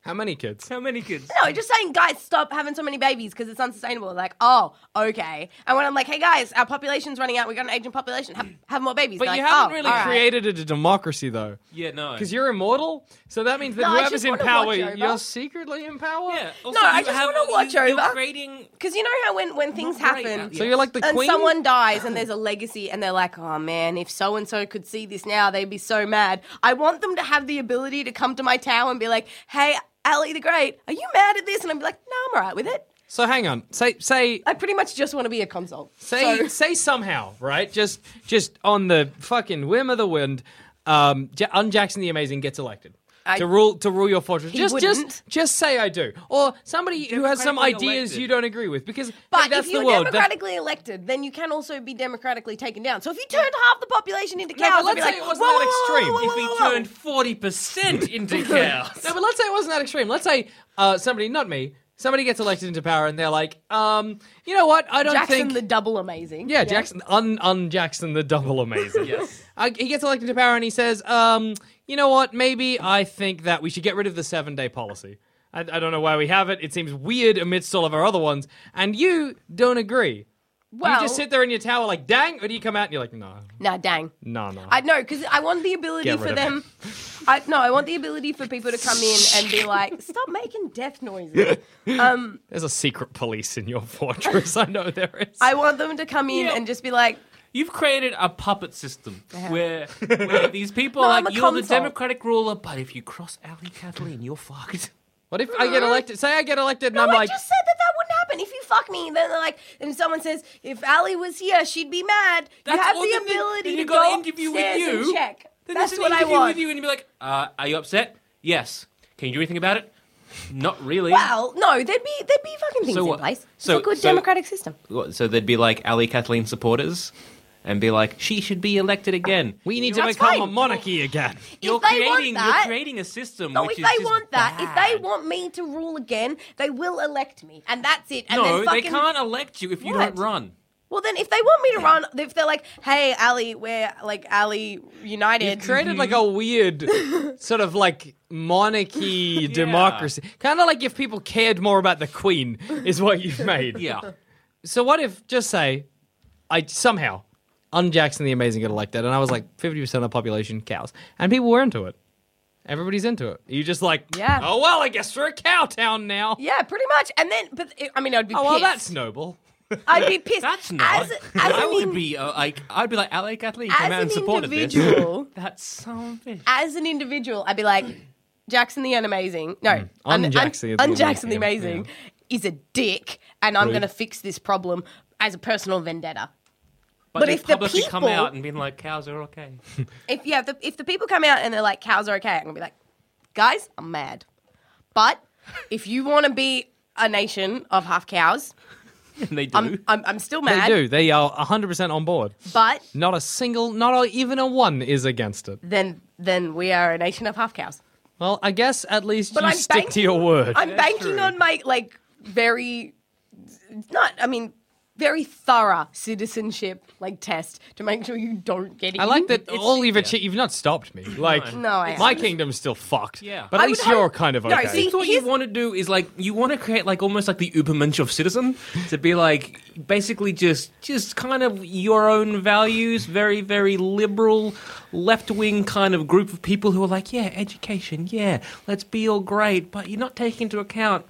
E: how many kids?
F: How many kids?
G: No, just saying, guys, stop having so many babies because it's unsustainable. Like, oh, okay. And when I'm like, hey, guys, our population's running out. We got an aging population. Have, have more babies.
E: But
G: They're
E: you
G: like,
E: haven't
G: "Oh,
E: really
G: all right."
E: created it a democracy, though.
F: Yeah, no.
E: Because you're immortal, so that means that
G: No, I
E: whoever's
G: just
E: in
G: wanna
E: power,
G: watch over.
E: you're secretly in power.
F: yeah.
G: No, I just wanna watch
F: you, You're
G: over.
F: creating.
G: Because you know how when, when things
F: Not great,
G: happen.
F: yeah.
E: So you're like the
G: and
E: queen.
G: someone dies and there's a legacy and they're like oh man if so and so could see this now they'd be so mad i want them to have the ability to come to my tower and be like hey ali the great are you mad at this and i'd be like no i'm all right with it
E: So hang on. Say say
G: i pretty much just want to be a consult
E: say
G: So-
E: say somehow, right? Just just on the fucking whim of the wind, um, Ja- Unjackson the Amazing gets elected. to rule to rule your fortress. Just just
G: wouldn't.
E: just say I do. Or somebody who has some
F: Democratically
E: ideas
F: elected.
E: you don't agree with because hey,
G: But
E: that's
G: if you're
E: the world. That-
G: democratically elected, then you can also be democratically taken down. So if you turned half the population into
E: No, but
G: cows, I'd
E: let's
G: be
E: say
G: like,
E: it wasn't
G: whoa,
E: that
G: whoa,
E: extreme.
G: whoa, whoa,
F: If we
G: whoa, whoa.
F: turned forty percent into cows.
E: No, but let's say it wasn't that extreme. Let's say uh, somebody, not me, somebody gets elected into power and they're like, um, you know what? I don't
G: Jackson
E: think
G: the double amazing.
E: Yeah, Jackson, un un Jackson the double amazing. yes, he gets elected to power and he says, um, you know what? Maybe I think that we should get rid of the seven day policy. I, I don't know why we have it. It seems weird amidst all of our other ones. And you don't agree.
G: well,
E: you just sit there in your tower like, dang, or do you come out and you're like, no,
G: nah, dang.
E: no, no.
G: I know because I want the ability
E: Get rid
G: for
E: of
G: them. I no, I want the ability for people to come in and be like, stop making death noises.
E: There's a secret police in your fortress. I know there is.
G: I want them to come in
F: Yeah.
G: and just be like,
F: You've created a puppet system where, where these people
G: No,
F: are
G: I'm
F: like,
G: a
F: you're the
G: consult."
F: democratic ruler, but if you cross Ali Kathleen, you're fucked.
E: what if I get elected? Say I get elected
G: no,
E: and
G: i
E: I'm like,
G: just said that that wouldn't happen. If you fuck me, then they're like, and someone says, if Ali was here, she'd be mad.
F: That's
G: you have
F: all-
G: the
F: then they-
G: ability
F: then
G: to
F: you got
G: go
F: an interview with
G: upstairs and
F: you.
G: check.
F: Then
G: That's
F: there's an
G: what I
F: interview
G: want.
F: with you, and you'd be like, uh, "Are you upset? Yes. Can you do anything about it? Not really.
G: Well, no, there'd be there'd be fucking things
F: So
G: in
F: what-
G: place.
F: so-
G: it's a good
F: so-
G: democratic system.
F: What, So they'd be like Ali Kathleen supporters, and be like, "She should be elected again."
E: we need to
G: That's
E: become a
G: fine.
E: monarchy again.
F: You're
G: if they
F: creating,
G: want that,
F: you're creating a system.
G: no,
F: which
G: if
F: is
G: they
F: just
G: want that, if
F: bad.
G: they want me to rule again, they will elect me, and that's it. And
F: no,
G: then fucking,
F: they can't elect you if you
G: What?
F: don't run.
G: Well, then if they want me to run, if they're like, "Hey, Ali, we're like Ali United,"
E: You've created like
G: Mm-hmm.
E: a weird sort of like monarchy democracy. Kind of like if people cared more about the queen, is what you've made.
F: Yeah.
E: So what if just say I somehow unjackson the amazing got elected and I was like 50% of the population cows and people were into it. Everybody's into it. You just like
G: Yeah.
E: Oh well, I guess we're a cow town now.
G: yeah, pretty much. And then, but it, I mean, I'd be
E: Oh
G: pissed.
E: well, that's noble.
G: I'd be pissed.
F: That's not.
G: As, as
F: I
G: an
F: would
G: in-
F: be uh, like, I'd be like, Ali Kathleen
G: as
F: came out
G: an
F: and supported this.
G: individual.
F: That's so big.
G: as an individual, I'd be like, Jackson the Unamazing. No, un- un-
E: Unjackson the
G: Unjackson the
E: Amazing,
G: Amazing is a dick, and I'm
E: Rude.
G: going to fix this problem as a personal vendetta.
F: But,
G: But
F: they've
G: if the
F: publicly come
G: people-
F: out and been like, cows are okay.
G: If yeah, if the, if the people come out and they're like, cows are okay, I'm going to be like, guys, I'm mad. But if you want to be a nation of half cows,
F: and they do.
G: I'm, I'm, I'm still
E: They
G: mad.
E: do. They are 100% on board.
G: But
E: Not a single, not a, even a one is against it.
G: then then we are a nation of half cows.
E: Well, I guess at least
G: But
E: you
G: I'm
E: stick to your
G: banking-
E: word.
G: I'm banking on my like very not I mean very thorough citizenship like test to make sure you don't get it.
E: I like that all you've achieved. You've not stopped me. Like,
G: No, I
E: my
G: haven't.
E: kingdom's still fucked.
F: Yeah.
E: but at
G: I
E: least
G: would hope-
E: you're kind of
G: No,
E: okay.
G: see-
F: So what you
G: Here's-
F: want to do is like you want to create like almost like the Ubermensch of citizen to be like basically just just kind of your own values, very very liberal, left wing kind of group of people who are like, yeah, education, yeah, let's be all great, but you're not taking into account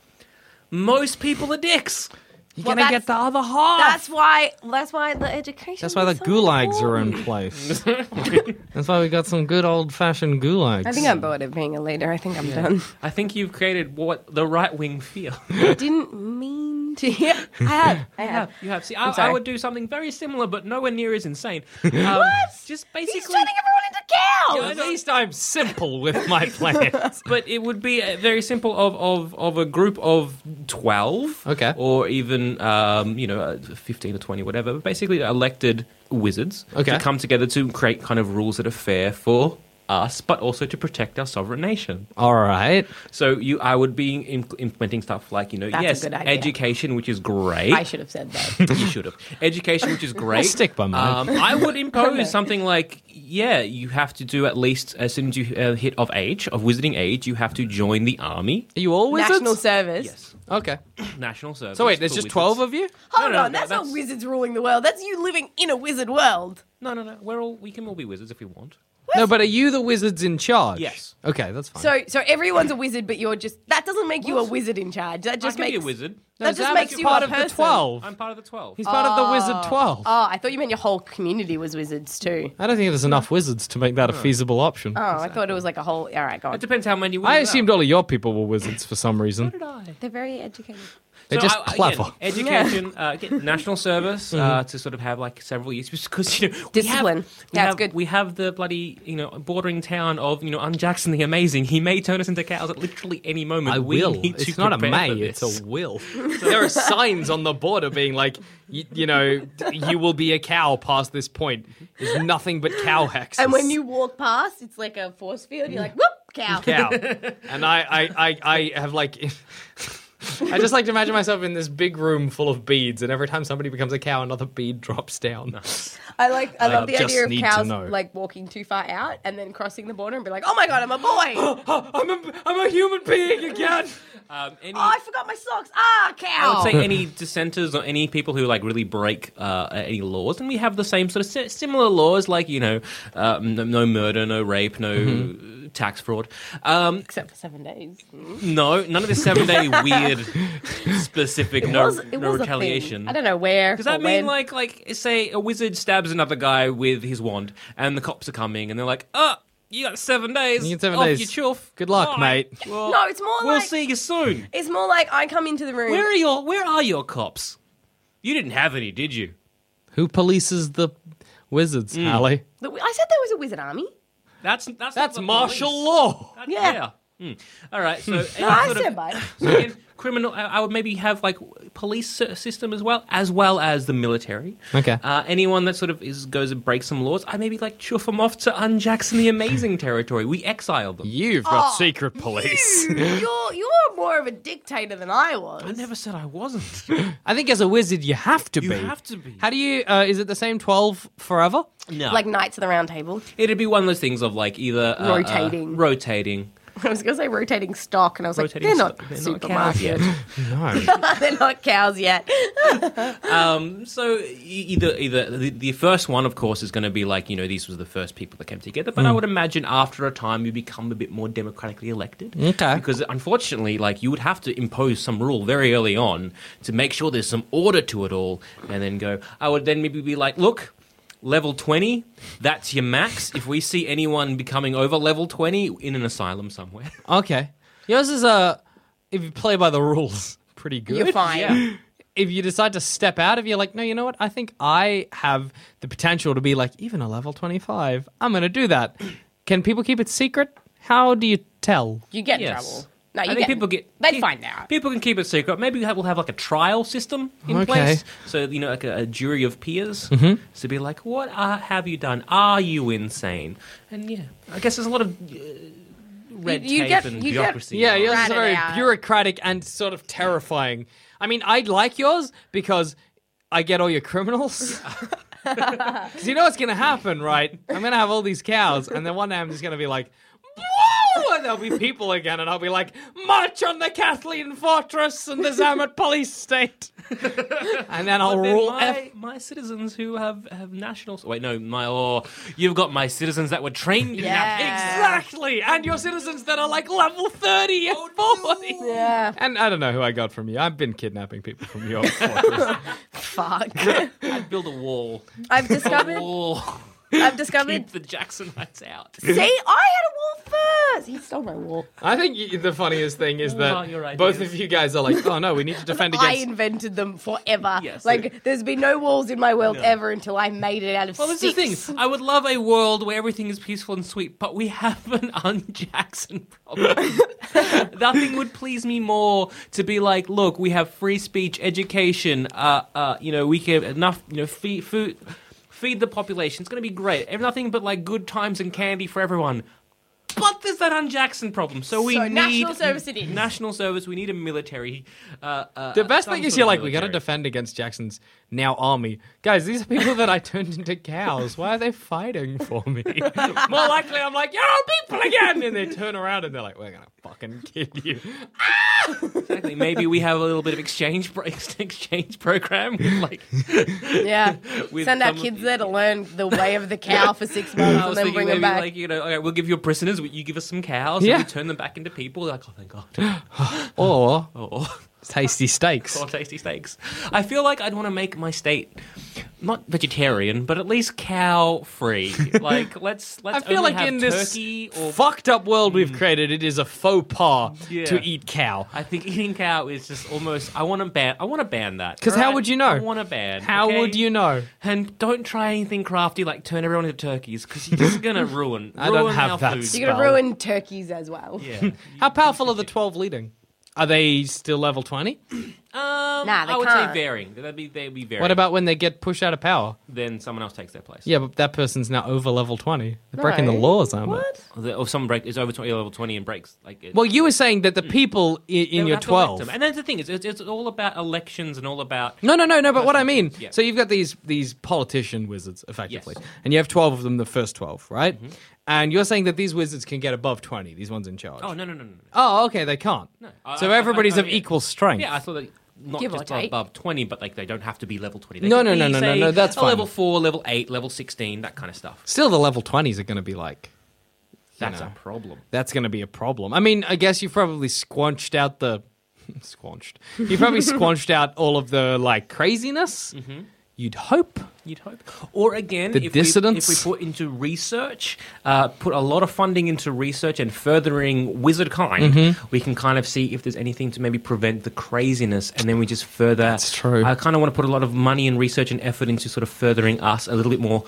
F: most people are dicks. You're
G: Well,
F: gonna
G: that's-
F: get the other half.
G: That's why that's why the education
E: That's why the
G: is so
E: gulags are
G: important.
E: in place. That's why we got some good old fashioned gulags.
G: I think I'm bored of being a leader. I think I'm done.
F: I think you've created what the right wing fear.
G: I didn't mean yeah, I have. I
F: You have,
G: have.
F: you have. See, I, I
G: sorry.
F: would do something very similar, but nowhere near as insane. Um, what? Just basically.
G: He's turning everyone into cows.
F: Yeah, I
E: At
F: know.
E: least I'm simple with my plans.
F: but it would be uh, very simple of, of, of a group of 12
E: Okay.
F: or even um, you know uh, 15 or 20 whatever but basically elected wizards
E: Okay.
F: to come together to create kind of rules that are fair for us but also to protect our sovereign nation
E: All right.
F: so you i would be im- implementing stuff like you know
G: That's a
F: yes
G: good idea.
F: education which is great
G: I should have said that.
F: you should have. Education, which is great.
E: I'll stick by mine.
F: Um, I would impose something like, yeah, you have to do at least as soon as you uh, hit of age, of wizarding age, you have to join the army.
E: Are you all wizards?
G: National service.
F: Yes,
E: okay.
F: national service.
E: So wait, there's
F: for
E: just
F: wizards.
E: twelve of you?
G: Hold
F: No, no,
G: on,
F: no,
G: that's,
F: that's-
G: not wizards ruling the world. That's you living in a wizard world.
F: No, no, no. We're all we can all be wizards if we want.
E: No, but are you the wizards in charge?
F: Yes.
E: Okay, that's fine.
G: So, so everyone's a wizard, but you're just that doesn't make you a wizard in charge. That
F: I
G: just
F: can
G: makes
F: be a wizard.
G: That just
E: Zarek's
G: makes you
E: part
G: a
E: of the
G: person.
E: twelve.
F: I'm part of the twelve. Uh,
E: He's part of the wizard twelve.
G: Oh, I thought you meant your whole community was wizards too.
E: I don't think there's
G: uh,
E: enough wizards to make that a feasible option.
G: Oh, I thought it was like a whole. All right, go on.
F: it depends how many. Wizards
E: I
G: uh,
F: are.
E: assumed all of your people were wizards for some reason.
G: They're very educated.
E: They're
F: So
E: just Mm-hmm.
F: I- again,
E: clever.
F: education, uh, again, national service uh, to sort of have like several years because you know we have-
G: Discipline.
F: We have,
G: That's good.
F: We have the bloody you know bordering town of you know Unjackson the Amazing. He may turn us into cows at literally any moment.
E: I
F: We
E: will.
F: need to
E: It's not a
F: prepare
E: may,
F: for
E: it's
F: this.
E: a will. there are signs on the border being like, you, you know, you will be a cow past this point. There's nothing but cow hexes.
G: And when you walk past, it's like a force field. You're like, whoop, cow.
E: cow. And I, I, I, I have like. I just like to imagine myself in this big room full of beads, and every time somebody becomes a cow, another bead drops down.
G: I like. I love the
E: just
G: idea of
E: need to
G: cows
E: know.
G: like walking too far out and then crossing the border and be like, oh my god, I'm a boy.
E: I'm, a, I'm a human being again.
F: Um, any,
G: Oh, I forgot my socks. Ah,
F: I
G: cow.
F: would say any dissenters or any people who like really break uh, any laws, and we have the same sort of si- similar laws, like you know, uh, no, no murder, no rape, no
E: Mm-hmm.
F: uh, tax fraud. Um,
G: Except for seven days.
F: no, none of this seven day weird specific no, no
G: a thing.
F: retaliation.
G: I don't know where.
F: Does that mean like like say a wizard stabs another guy with his wand, and the cops are coming, and they're like, "Uh, you got seven days.
E: You got seven
F: off
E: days.
F: Your choof.
E: Good luck,
F: Bye.
E: mate."
F: Well,
G: No, it's more
F: We'll
G: like-
F: see you soon.
G: It's more like I come into the room.
F: Where are your Where are your cops? You didn't have any, did you?
E: Who polices the wizards, Hallie?
G: The- I said there was a wizard army.
F: That's that's not
E: That's
F: the
E: martial
F: police.
E: law.
F: That-
G: Yeah.
F: Hmm. All right. So any
G: No, I
F: sort of-
G: stand by it.
F: so again, criminal. I, I would maybe have like police s- system as well, as well as the military.
E: Okay.
F: Uh, anyone that sort of is goes and breaks some laws, I maybe like chuff them off to unjackson the amazing territory. We exile them.
E: You've got secret police.
G: Oh, You- you're you're more of a dictator than I was.
F: I never said I wasn't.
E: I think as a wizard, you have to
F: You
E: be.
F: have to be.
E: How do you? Uh, is it the same twelve forever?
F: No,
G: like knights of the round table.
F: it'd be one of those things of like either uh, uh,
G: Rotating.
F: rotating.
G: I was gonna say rotating stock, and I was
F: Rotating
G: like, they're
F: stock.
G: not
F: They're not cows
G: supermarket.
E: No.
G: they're not cows yet.
F: So e- either either the, the first one, of course, is going to be like you know these were the first people that came together. But I would imagine after a time you become a bit more democratically elected.
E: Okay.
F: Because unfortunately, like you would have to impose some rule very early on to make sure there's some order to it all, and then go. I would then maybe be like, look. Level 20, that's your max. If we see anyone becoming over level 20, in an asylum somewhere.
E: Okay. Yours is a if you play by the rules, pretty good.
G: You're fine.
E: If you decide to step out of, you're like, no, you know what? I think I have the potential to be like even a level twenty five. I'm gonna do that. Can people keep it secret? How do you tell?
G: You get in
F: Yes.
G: trouble. No,
F: I
G: you
F: think
G: get.
F: people get
G: They'd
F: pe-
G: find out.
F: People can keep it secret. Maybe we have, we'll have like a trial system in
E: Okay. Mm-hmm.
F: place. So you know, like a, a jury of peers to be like, "What are, have you done? Are you insane?" And yeah, I guess there's a lot of uh, red
G: You- you
F: tape
G: get-
F: and
G: you get-
F: bureaucracy.
E: Yeah, yours is
G: Rat it
E: very
G: out.
E: bureaucratic and sort of terrifying. I mean, I like yours because I get all your criminals. 'Cause you know what's gonna happen, right? I'm gonna have all these cows, and then one day I'm just gonna be like, "Whoa!" And there'll be people again, and I'll be like, "March on the Kathleen Fortress and the Zamet Police State," and then I'll
F: But then
E: rule.
F: my,
E: F-
F: my citizens who have, have national. Wait, no, my. Oh, you've got my citizens that were trained in
G: Yeah.
F: that.
E: Exactly, and your citizens that are like level thirty and forty.
G: Oh, Yeah.
E: And I don't know who I got from you. I've been kidnapping people from your fortress.
G: Fuck.
F: I'd build a wall.
G: I've
F: A
G: discovered.
F: wall.
G: I've discovered.
F: Keep the Jacksonites out.
G: See, I had a wall yes, he stole my wall.
E: I think y- the funniest thing is that
F: Wow, you're right,
E: both
F: dude.
E: of you guys are like, oh no, we need to defend
G: I
E: against.
G: invented them forever.
F: Yes.
G: like there's been no walls in my world ever until I made it out of
F: Well, this
G: sticks.
F: is the thing. I would love a world where everything is peaceful and sweet, but we have an un-Jackson problem. Nothing would please me more to be like, look, we have free speech, education. Uh, uh, you know, we can enough. You know, feed food, feed the population. It's going to be great. Ev- Nothing but like good times and candy for everyone. But there's that un-Jackson problem, so we
G: So
F: need
G: national service it is.
F: National service. We need a military. Uh, uh,
E: The best
F: some
E: thing is
F: sort
E: you're
F: of
E: like, we gotta
F: military.
E: defend against Jackson's now army. Guys, these are people that I turned into cows. Why are they fighting for me? More likely, I'm like, you're all people again! And they turn around and they're like, we're gonna fucking kill you.
F: Exactly. Maybe we have a little bit of exchange bro- exchange program. With like,
D: Yeah.
F: with
D: Send our
F: some-
D: kids there to learn the way of the cow for six months
F: I
D: and
F: was
D: then
F: thinking
D: bring them
F: maybe
D: back.
F: like you know, okay, we'll give you prisoners. but You give us some cows,
E: Yeah.
F: and we turn them back into people. Like, oh, thank God!
E: Or
F: Oh,
E: tasty steaks.
F: or tasty steaks. I feel like I'd want to make my state not vegetarian, but at least cow free. Like, let's
E: I
F: let's.
E: feel
F: only
E: like
F: have
E: in this
F: turkey or. Mm.
E: fucked up world we've created, it is a faux pas
F: Yeah.
E: to eat cow.
F: I think eating cow is just almost. I want to ban. I want to ban that.
E: 'Cause how
F: alright?
E: would you know?
F: I want to ban.
E: How
F: okay?
E: would you know?
F: And don't try anything crafty like turn everyone into turkeys because you're just gonna ruin.
E: I don't
F: ruin
E: have
F: our
E: that
F: food.
G: You're gonna
E: Spell.
G: ruin turkeys as well.
F: Yeah.
E: How powerful are the 12 leading? Are they still level 20?
F: Um,
D: Nah, they
F: I would
D: can't.
F: say varying. That'd be they'd be varying.
E: What about when they get pushed out of power?
F: then someone else takes their place?
E: Yeah, but that person's now over level 20. They're breaking the laws, aren't they?
F: Or, the, or someone break is over 20, level twenty and breaks like. It,
E: Well, you were saying that the people i-
F: Mm. they
E: in
F: would
E: your
F: have to elect
E: 12.
F: them. And that's the thing is it's, it's all about elections and all about.
E: No, no, no, no. But what I mean,
F: Yeah.
E: so you've got these these politician wizards, effectively, and you have twelve of them, the first twelve, right?
F: Mm-hmm.
E: And you're saying that these wizards can get above twenty. These ones in charge.
F: Oh no no no no. no.
E: Oh, okay, they can't. No.
F: I-
E: So
F: I- I-
E: everybody's
F: I-
E: of equal strength.
F: Yeah, I thought that not
G: Give or
F: just
G: take.
F: above twenty, but like they don't have to be level twenty. They
E: No,
F: could
E: no,
F: be,
E: no, no, no,
F: say,
E: no, that's
F: a
E: fine.
F: level four, level eight, level sixteen, that kind of stuff.
E: Still, the level twenties are going to be like
F: That's
E: know.
F: a problem.
E: that's going to be a problem. I mean, I guess you've probably squanched out the squanched. You probably squanched out all of the like craziness. Mm-hmm. You'd hope.
F: You'd hope. Or again,
E: The
F: if,
E: dissidents.
F: We, if we put into research, uh, put a lot of funding into research and furthering wizard kind,
E: Mm-hmm.
F: we can kind of see if there's anything to maybe prevent the craziness, and then we just further. That's
E: true.
F: I kind of want to put a lot of money and research and effort into sort of furthering us a little bit more,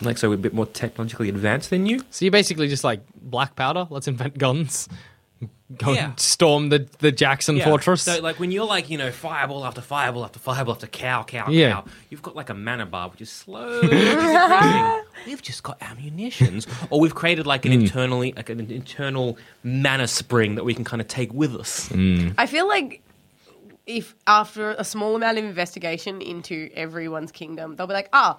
F: like so, we're a bit more technologically advanced than you.
E: So you're basically just like black powder. Let's invent guns. Go
F: Yeah.
E: and storm the the Jackson fortress.
F: So like when you're like you know fireball after fireball after fireball after cow cow
E: Yeah.
F: cow, you've got like a mana bar which is slowly decreasing. We've just got ammunitions, or we've created like an internally like an internal mana spring that we can kind of take with us.
G: I feel like if after a small amount of investigation into everyone's kingdom, they'll be like, oh,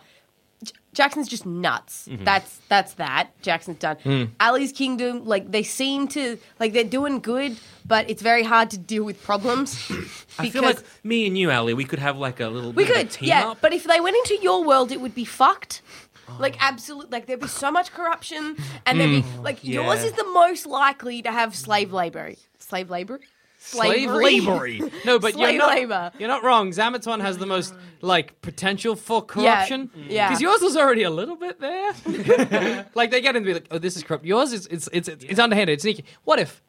G: J- Jackson's just nuts.
F: Mm-hmm.
G: That's that's that. Jackson's done.
F: Hmm.
G: Ali's kingdom, like they seem to like they're doing good, but it's very hard to deal with problems.
F: I feel like me and you, Ali, we could have like a little
G: we
F: bit of a
G: could,
F: team
G: yeah.
F: up.
G: But if they went into your world, it would be fucked.
E: Oh.
G: Like absolute, like there'd be so much corruption, and there'd
E: Mm.
G: be like yours
F: yeah.
G: is the most likely to have slave labor, slave labor,
E: Slave labory. No, but you're
G: Slave
E: not,
G: labor.
E: you're not wrong. Zamaton has the most like potential for corruption.
G: Mm. yeah.
E: Because yours is already a little bit there. like they get in and be like, oh, this is corrupt. Yours is it's it's it's, it's underhanded. It's sneaky. What if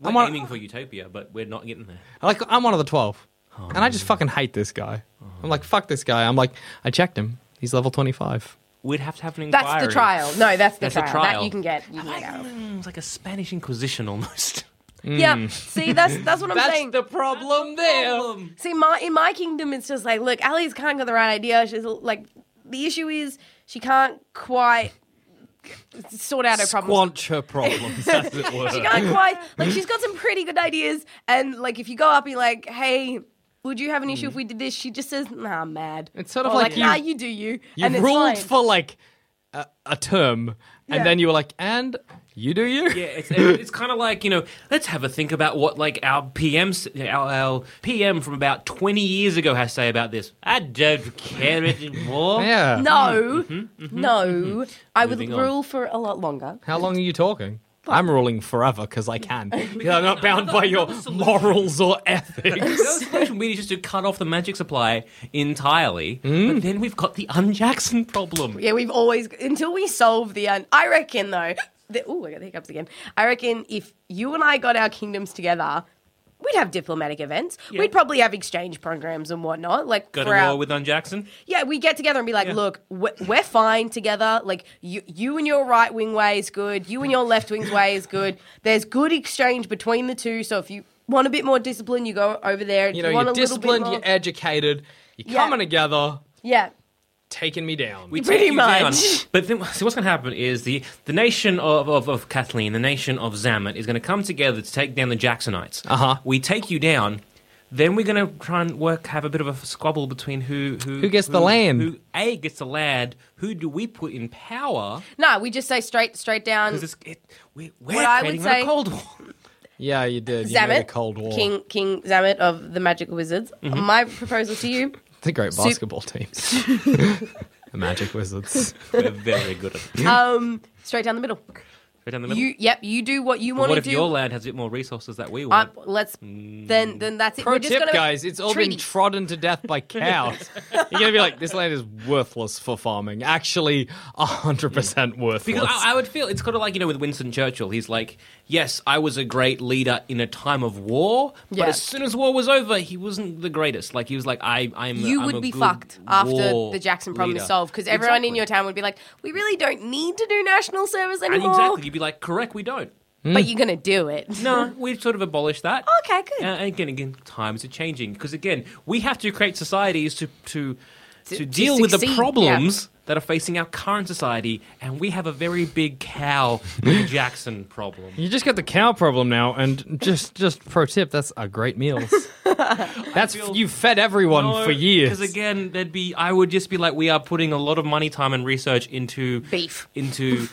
F: We're
E: I'm on-
F: aiming for utopia, but we're not getting there.
E: like I'm one of the twelve, and I just fucking hate this guy. I'm like fuck this guy. I'm like I checked him. He's level twenty five.
F: We'd have to have an
G: That's
F: inquiry.
G: the trial. No, that's the
F: That's the
G: trial.
F: trial.
G: That you can get. You can get out.
F: Mm, It's like a Spanish Inquisition almost.
G: Yeah. See, that's that's what I'm
E: That's
G: saying.
E: the problem there.
G: See, my in my kingdom, it's just like, look, Ali's kind of got the right idea. She's like, the issue is she can't quite sort out her problems.
E: Squanch her problems, as it were.
G: She can't quite like she's got some pretty good ideas, and like if you go up and you're like, hey. Would you have an issue if we did this? She just says, "Nah, I'm mad."
E: It's sort of
G: Or
E: like you-
G: "Nah, you do you."
E: You
G: and it's
E: ruled
G: fine.
E: for like a, a term, and then you were like, and you do you?
F: Yeah, it's, it's kind of like you know, let's have a think about what like our PM, s- our, our PM from about twenty years ago has to say about this. I don't care anymore.
E: Yeah.
G: No, Mm-hmm. no, I would
F: Moving on.
G: rule for a lot longer.
E: How long are you talking? I'm ruling forever because I can. Yeah, I'm not bound by your morals or ethics.
F: The other solution really is just to cut off the magic supply entirely, but then we've got the un-Jackson problem.
G: Yeah, we've always until we solve the un. I reckon though, the, ooh, I got the hiccups again. I reckon if you and I got our kingdoms together, we'd have diplomatic events. We'd probably have exchange programs and whatnot. Like
F: Go to
G: for our-
F: war with Don Jackson.
G: yeah, we get together and be like, look, we're, we're fine together. Like you, you and your right wing way is good. You and your left wing's way is good. There's good exchange between the two. So if you want a bit more discipline, you go over there. If
E: You know,
G: want
E: you're
G: a little bit
E: disciplined,
G: more-
E: you're e-, educated, you're
G: Yeah.
E: coming together,
G: yeah,
E: taking me down.
F: We
G: Pretty
F: take you down.
G: much.
F: But then, so what's going to happen is the, the nation of, of, of Kathleen, the nation of Zaman, is going to come together to take down the Jacksonites. Uh
E: Uh-huh.
F: We take you down. Then we're going to try and work, have a bit of a squabble between who who,
E: Who gets the land?
F: Who A gets the land. Who do we put in power?
G: no, we just say straight, straight down.
F: Because it, we, we're
G: What I would
F: creating
G: say-
F: a cold war.
E: yeah, you did. You made a
G: Zamet,
E: Cold War.
G: King King Zamet of the Magical Wizards.
E: Mm-hmm.
G: My proposal to you:
E: The great basketball team. the Magic Wizards.
F: we're very good at it.
G: Uh, straight down the middle.
F: Right down the middle.
G: You, yep, you do what you want
F: what
G: to
F: if
G: do.
F: your land has a bit more resources that we
G: Uh,
F: want?
G: let's then, then that's it.
E: Mm. Pro
G: We're just
E: tip,
G: gonna-
E: guys, it's all
G: treaty.
E: been trodden to death by cows. You're going to be like, this land is worthless for farming. Actually, 100% worthless.
F: Because I, I would feel it's kind of like you know with Winston Churchill. He's like, yes, I was a great leader in a time of war,
G: Yeah.
F: but as soon as war was over, he wasn't the greatest. Like he was like, I, I'm.
G: you
F: I'm
G: would
F: a
G: be
F: good
G: fucked after
F: war
G: the Jackson problem
F: leader.
G: is solved because everyone in
F: Exactly.
G: your town would be like, we really don't need to do national service
F: And
G: anymore,
F: exactly, you'd be like, correct, we don't.
G: but you're gonna do it.
F: No, we've sort of abolished that.
G: Okay, good.
F: Uh, and again, again, times are changing because again, we have to create societies to to to,
G: to
F: deal with the
G: succeed,
F: problems that are facing our current society, and we have a very big cow in the Jackson problem.
E: You just got the cow problem now, and just just pro tip, that's a great meals. that's you fed everyone for years.
F: Because again, there'd be I would just be like, we are putting a lot of money, time, and research into
G: Beef.
F: into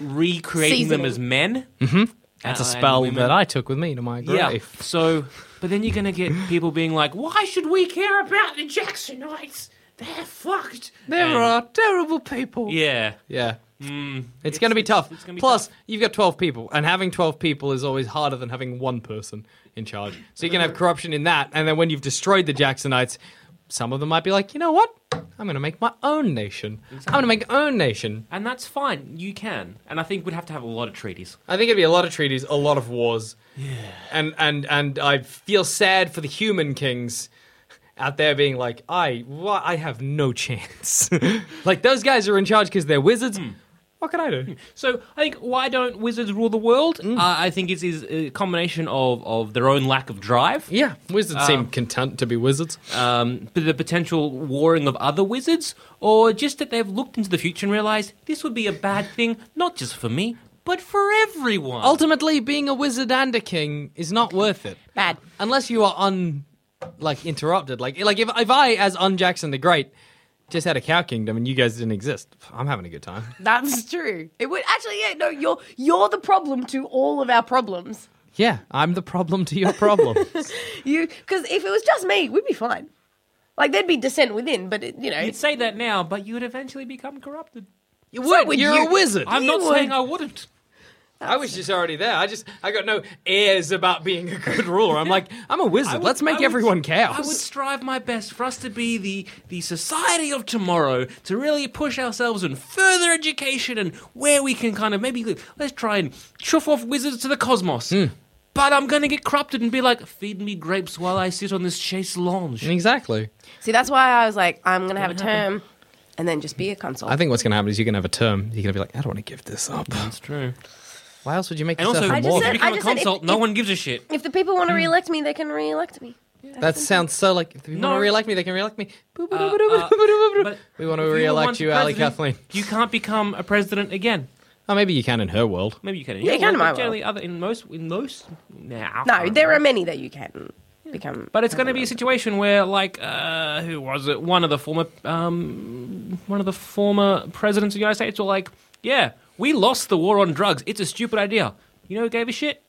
F: recreating them
G: Seasoning.
F: as men.
E: that's
F: uh,
E: a
F: and
E: spell
F: women.
E: that I took with me to my grave.
F: Yeah. So, but then you're gonna get people being like, why should we care about the Jacksonites? They're fucked. And-
E: terrible people. Yeah,
F: Yeah.
E: Hmm. it's, going to be tough.
F: it's gonna be
E: Plus, you've got twelve people, and having twelve people is always harder than having one person in charge. So you're going to have corruption in that, and then when you've destroyed the Jacksonites, some of them might be like, you know what? I'm going to make my own nation. I'm going to make my own nation.
F: And that's fine. You can. And I think we'd have to have a lot of treaties.
E: I think it'd be a lot of treaties, a lot of wars. Yeah. And and and I feel sad for the human kings out there being like, I wha- I have no chance. like those guys are in charge because they're wizards. What can I do?
F: So I think why don't wizards rule the world?
E: Mm.
F: Uh, I think it is a combination of, of their own lack of drive.
E: Yeah, wizards seem content to be wizards.
F: um, b- the potential warring of other wizards, or just that they've looked into the future and realized this would be a bad thing, not just for me, but for everyone.
E: Ultimately, being a wizard and a king is not worth it.
G: Bad.
E: unless you are un like interrupted like like if, if i as un jackson the great just had a cow kingdom and you guys didn't exist i'm having a good time
G: That's true. It would actually, yeah, no, you're you're the problem to all of our problems.
E: yeah i'm the problem to your problem
G: You because if it was just me, we'd be fine. Like there'd be dissent within, but it, you know,
F: You'd say that now, but you would eventually become corrupted.
E: You would.
G: would
E: You're
G: you.
E: a wizard.
F: I'm
E: i
F: not
G: would.
F: saying I wouldn't.
E: was just already there. I just I got no airs about being a good ruler. I'm like I'm a wizard.
F: I would-
E: Let's make
F: I would-
E: everyone
F: I would
E: cows.
F: strive my best for us to be the the society of tomorrow to really push ourselves in further education and where we can kind of maybe live. Let's try and chuff off wizards to the cosmos.
E: Hmm.
F: But I'm gonna get corrupted and be like, feed me grapes while I sit on this chaise lounge.
E: Exactly.
G: see, that's why I was like, I'm gonna have a term, and then just be a consult.
E: I think what's going to happen is you're going to have a term. You're going to be like, I don't want to give this up.
F: That's true.
E: Why else would you make
F: And
E: yourself
F: also,
E: a
F: I
G: just
E: mortal?
G: said-
F: if
G: I
F: you become a
G: just said if-
F: consult, no
G: if-
F: one gives a shit.
G: if the people want to reelect me, they can reelect me.
E: That sounds so like if you want
F: No.
E: to re-elect me, they can re-elect me. Boop, boop,
F: Uh,
E: boop, boop,
F: uh,
E: boop, boop, boop.
F: but
E: we want
F: if
E: to
F: you were
E: re-elect
F: once
E: you, Ali
F: president,
E: Kathleen.
F: You can't become a president again.
E: Oh, maybe you can in her world.
F: Maybe you can.
G: Yeah, you can in my
F: But generally, other in most in most now.
G: No, there are many that you can become.
F: But it's going to be a situation where, like, uh, who was it? One of the former, um, one of the former presidents of the United States were like, "Yeah, we lost the war on drugs. It's a stupid idea." You know who gave a shit?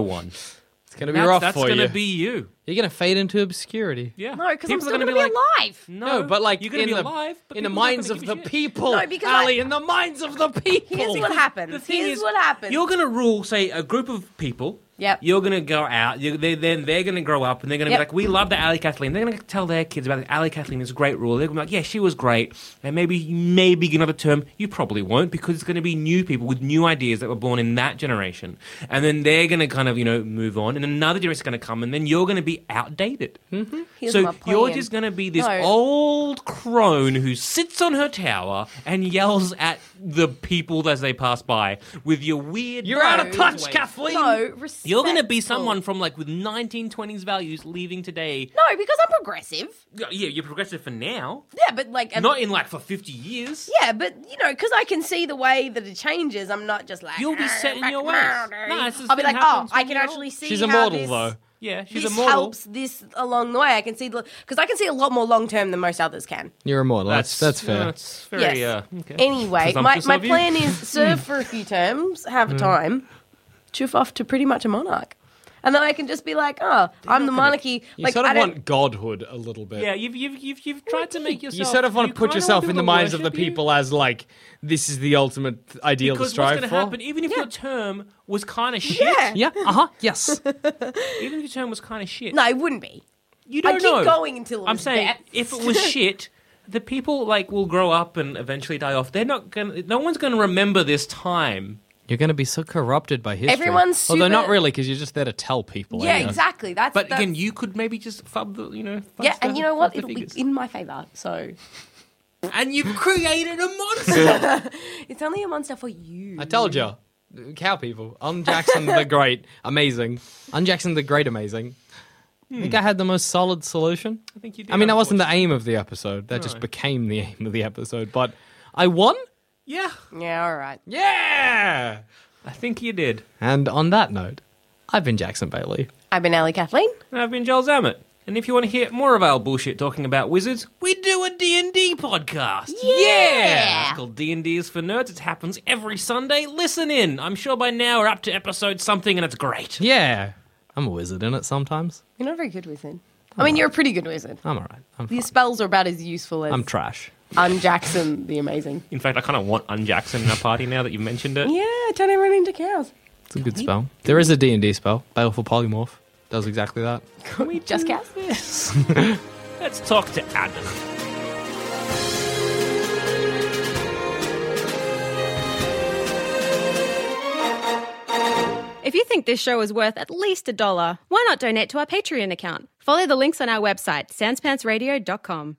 F: one.
E: It's going to be
F: That's,
E: rough
F: that's
E: for
F: gonna
E: you.
F: be you.
E: You're going to fade into obscurity.
F: Yeah.
G: No, because I'm
F: People
G: still
F: are
G: gonna
F: gonna
G: be,
F: like,
G: alive.
F: No,
E: but like
F: you're gonna
E: in
F: be
E: the,
F: alive, but
E: in the
F: people aren't
E: minds
F: gonna
E: of
F: give a
E: the
F: shit.
E: people,
G: No, because
E: Ali,
G: I-
E: in the minds of the people.
G: Here's what happens.
F: The thing
G: Here's
F: is,
G: what happens.
F: You're going to rule, say, a group of people
G: Yep.
F: You're gonna go out. You, they, then they're gonna grow up, and they're gonna
G: Yep.
F: be like, "We love the Alley Kathleen." They're gonna tell their kids about the Alley Kathleen is a great rule. They're gonna be like, "Yeah, she was great." And maybe, maybe another term. You probably won't because it's gonna be new people with new ideas that were born in that generation, and then they're gonna kind of you know move on, and another generation's gonna come, and then you're gonna be outdated. Mm-hmm.
G: Here's
F: so
G: my
F: you're
G: plan.
F: just gonna be this
G: No.
F: old crone who sits on her tower and yells at the people as they pass by with your weird.
E: You're out of touch,
F: ways.
E: Kathleen.
G: No, respectful.
F: You're going to be someone from like with 1920s values leaving today.
G: No, because I'm progressive.
F: Yeah, you're progressive for now.
G: Yeah, but like,
F: Not in like for 50 years.
G: yeah, but you know, because I can see the way that it changes. I'm not just like
F: You'll be
G: "Ah,
F: set in
G: fuck
F: your ways."
G: murder."
F: No, it's just
G: I'll be
F: thing
G: like, oh,
F: happens
G: I
F: when
G: can
F: you're-
G: actually see.
E: She's a
G: how
E: model,
G: this-
E: though.
F: Yeah, she's
G: This
F: a model.
G: helps this along the way. I can see because I can see a lot more long term than most others can.
E: You're immortal. That's that's fair.
F: That's very,
G: Yes.
F: uh, okay.
G: Anyway, my,
F: Presumptuous
G: my
F: of you. Mm.
G: plan is serve for a few terms, have a time, chuff off to pretty much a monarch. And then I can just be like, oh, I'm the monarchy.
E: you
G: like,
E: sort
G: I
E: of
G: don't,
E: want godhood a little bit.
F: Yeah, you've, you've, you've, you've tried to make yourself.
E: You sort of want to put
F: kinda
E: yourself
F: want
E: in the
F: people to
E: minds of the
F: worship you.
E: people as like this is the ultimate ideal
F: Because
E: to strive
F: what's going to
E: for.
F: happen, even if your term was kind of shit,
G: Yeah.
E: Yeah. Uh huh. Yes.
F: even if your term was kind of shit,
G: No, it wouldn't be.
F: you
G: I
F: don't
G: keep
F: know.
G: going until it
F: I'm
G: was
F: saying
G: best.
F: if it was shit, the people like will grow up and eventually die off. They're not gonna. No one's gonna remember this time.
E: You're going to be so corrupted by history.
G: Everyone's
E: although not
G: super-
E: really because you're just there to tell people.
G: yeah,
E: aren't you?
G: exactly. That's
F: But
G: that's,
F: again, you could maybe just fub the, you know. fudge
G: yeah, and
F: the-
G: you know
F: fudge
G: what?
F: the
G: It'll be
F: figures.
G: in my favor. So
F: and you've created a monster.
G: it's only a monster for you.
E: I told you, cow people. Un Jackson the Great, amazing. Un Jackson the Great, amazing. I think I had the most solid solution. I
F: Hmm. think you did,
E: I mean, that wasn't the aim of the episode. That just became the aim of the episode. But I won.
F: yeah,
G: Yeah, all right.
E: Yeah.
F: I think you did.
E: And on that note, I've been Jackson Bailey.
G: I've been Ali Kathleen.
F: And I've been Joel Zammett. And if you want to hear more of our bullshit talking about wizards, we do a D&D podcast. Yeah! It's called D&D is for Nerds. It happens every Sunday. Listen in. I'm sure by now we're up to episode something and it's great.
E: Yeah. I'm a wizard in it sometimes.
G: You're not a very good wizard. I mean, you're a pretty good wizard.
E: I'm all right. I'm,
G: Your spells are about as useful as
E: I'm trash.
G: I'm Jackson the Amazing.
F: In fact, I kind of want Unjackson in our party now that you've mentioned it.
G: Yeah, turn everyone into cows.
E: It's a good spell. There is a D&D spell, Baleful Polymorph. Does exactly that.
G: Can we just cows?
F: Let's talk to Adam.
H: If you think this show is worth at least a dollar, why not donate to our Patreon account? Follow the links on our website, sanspantsradio.com.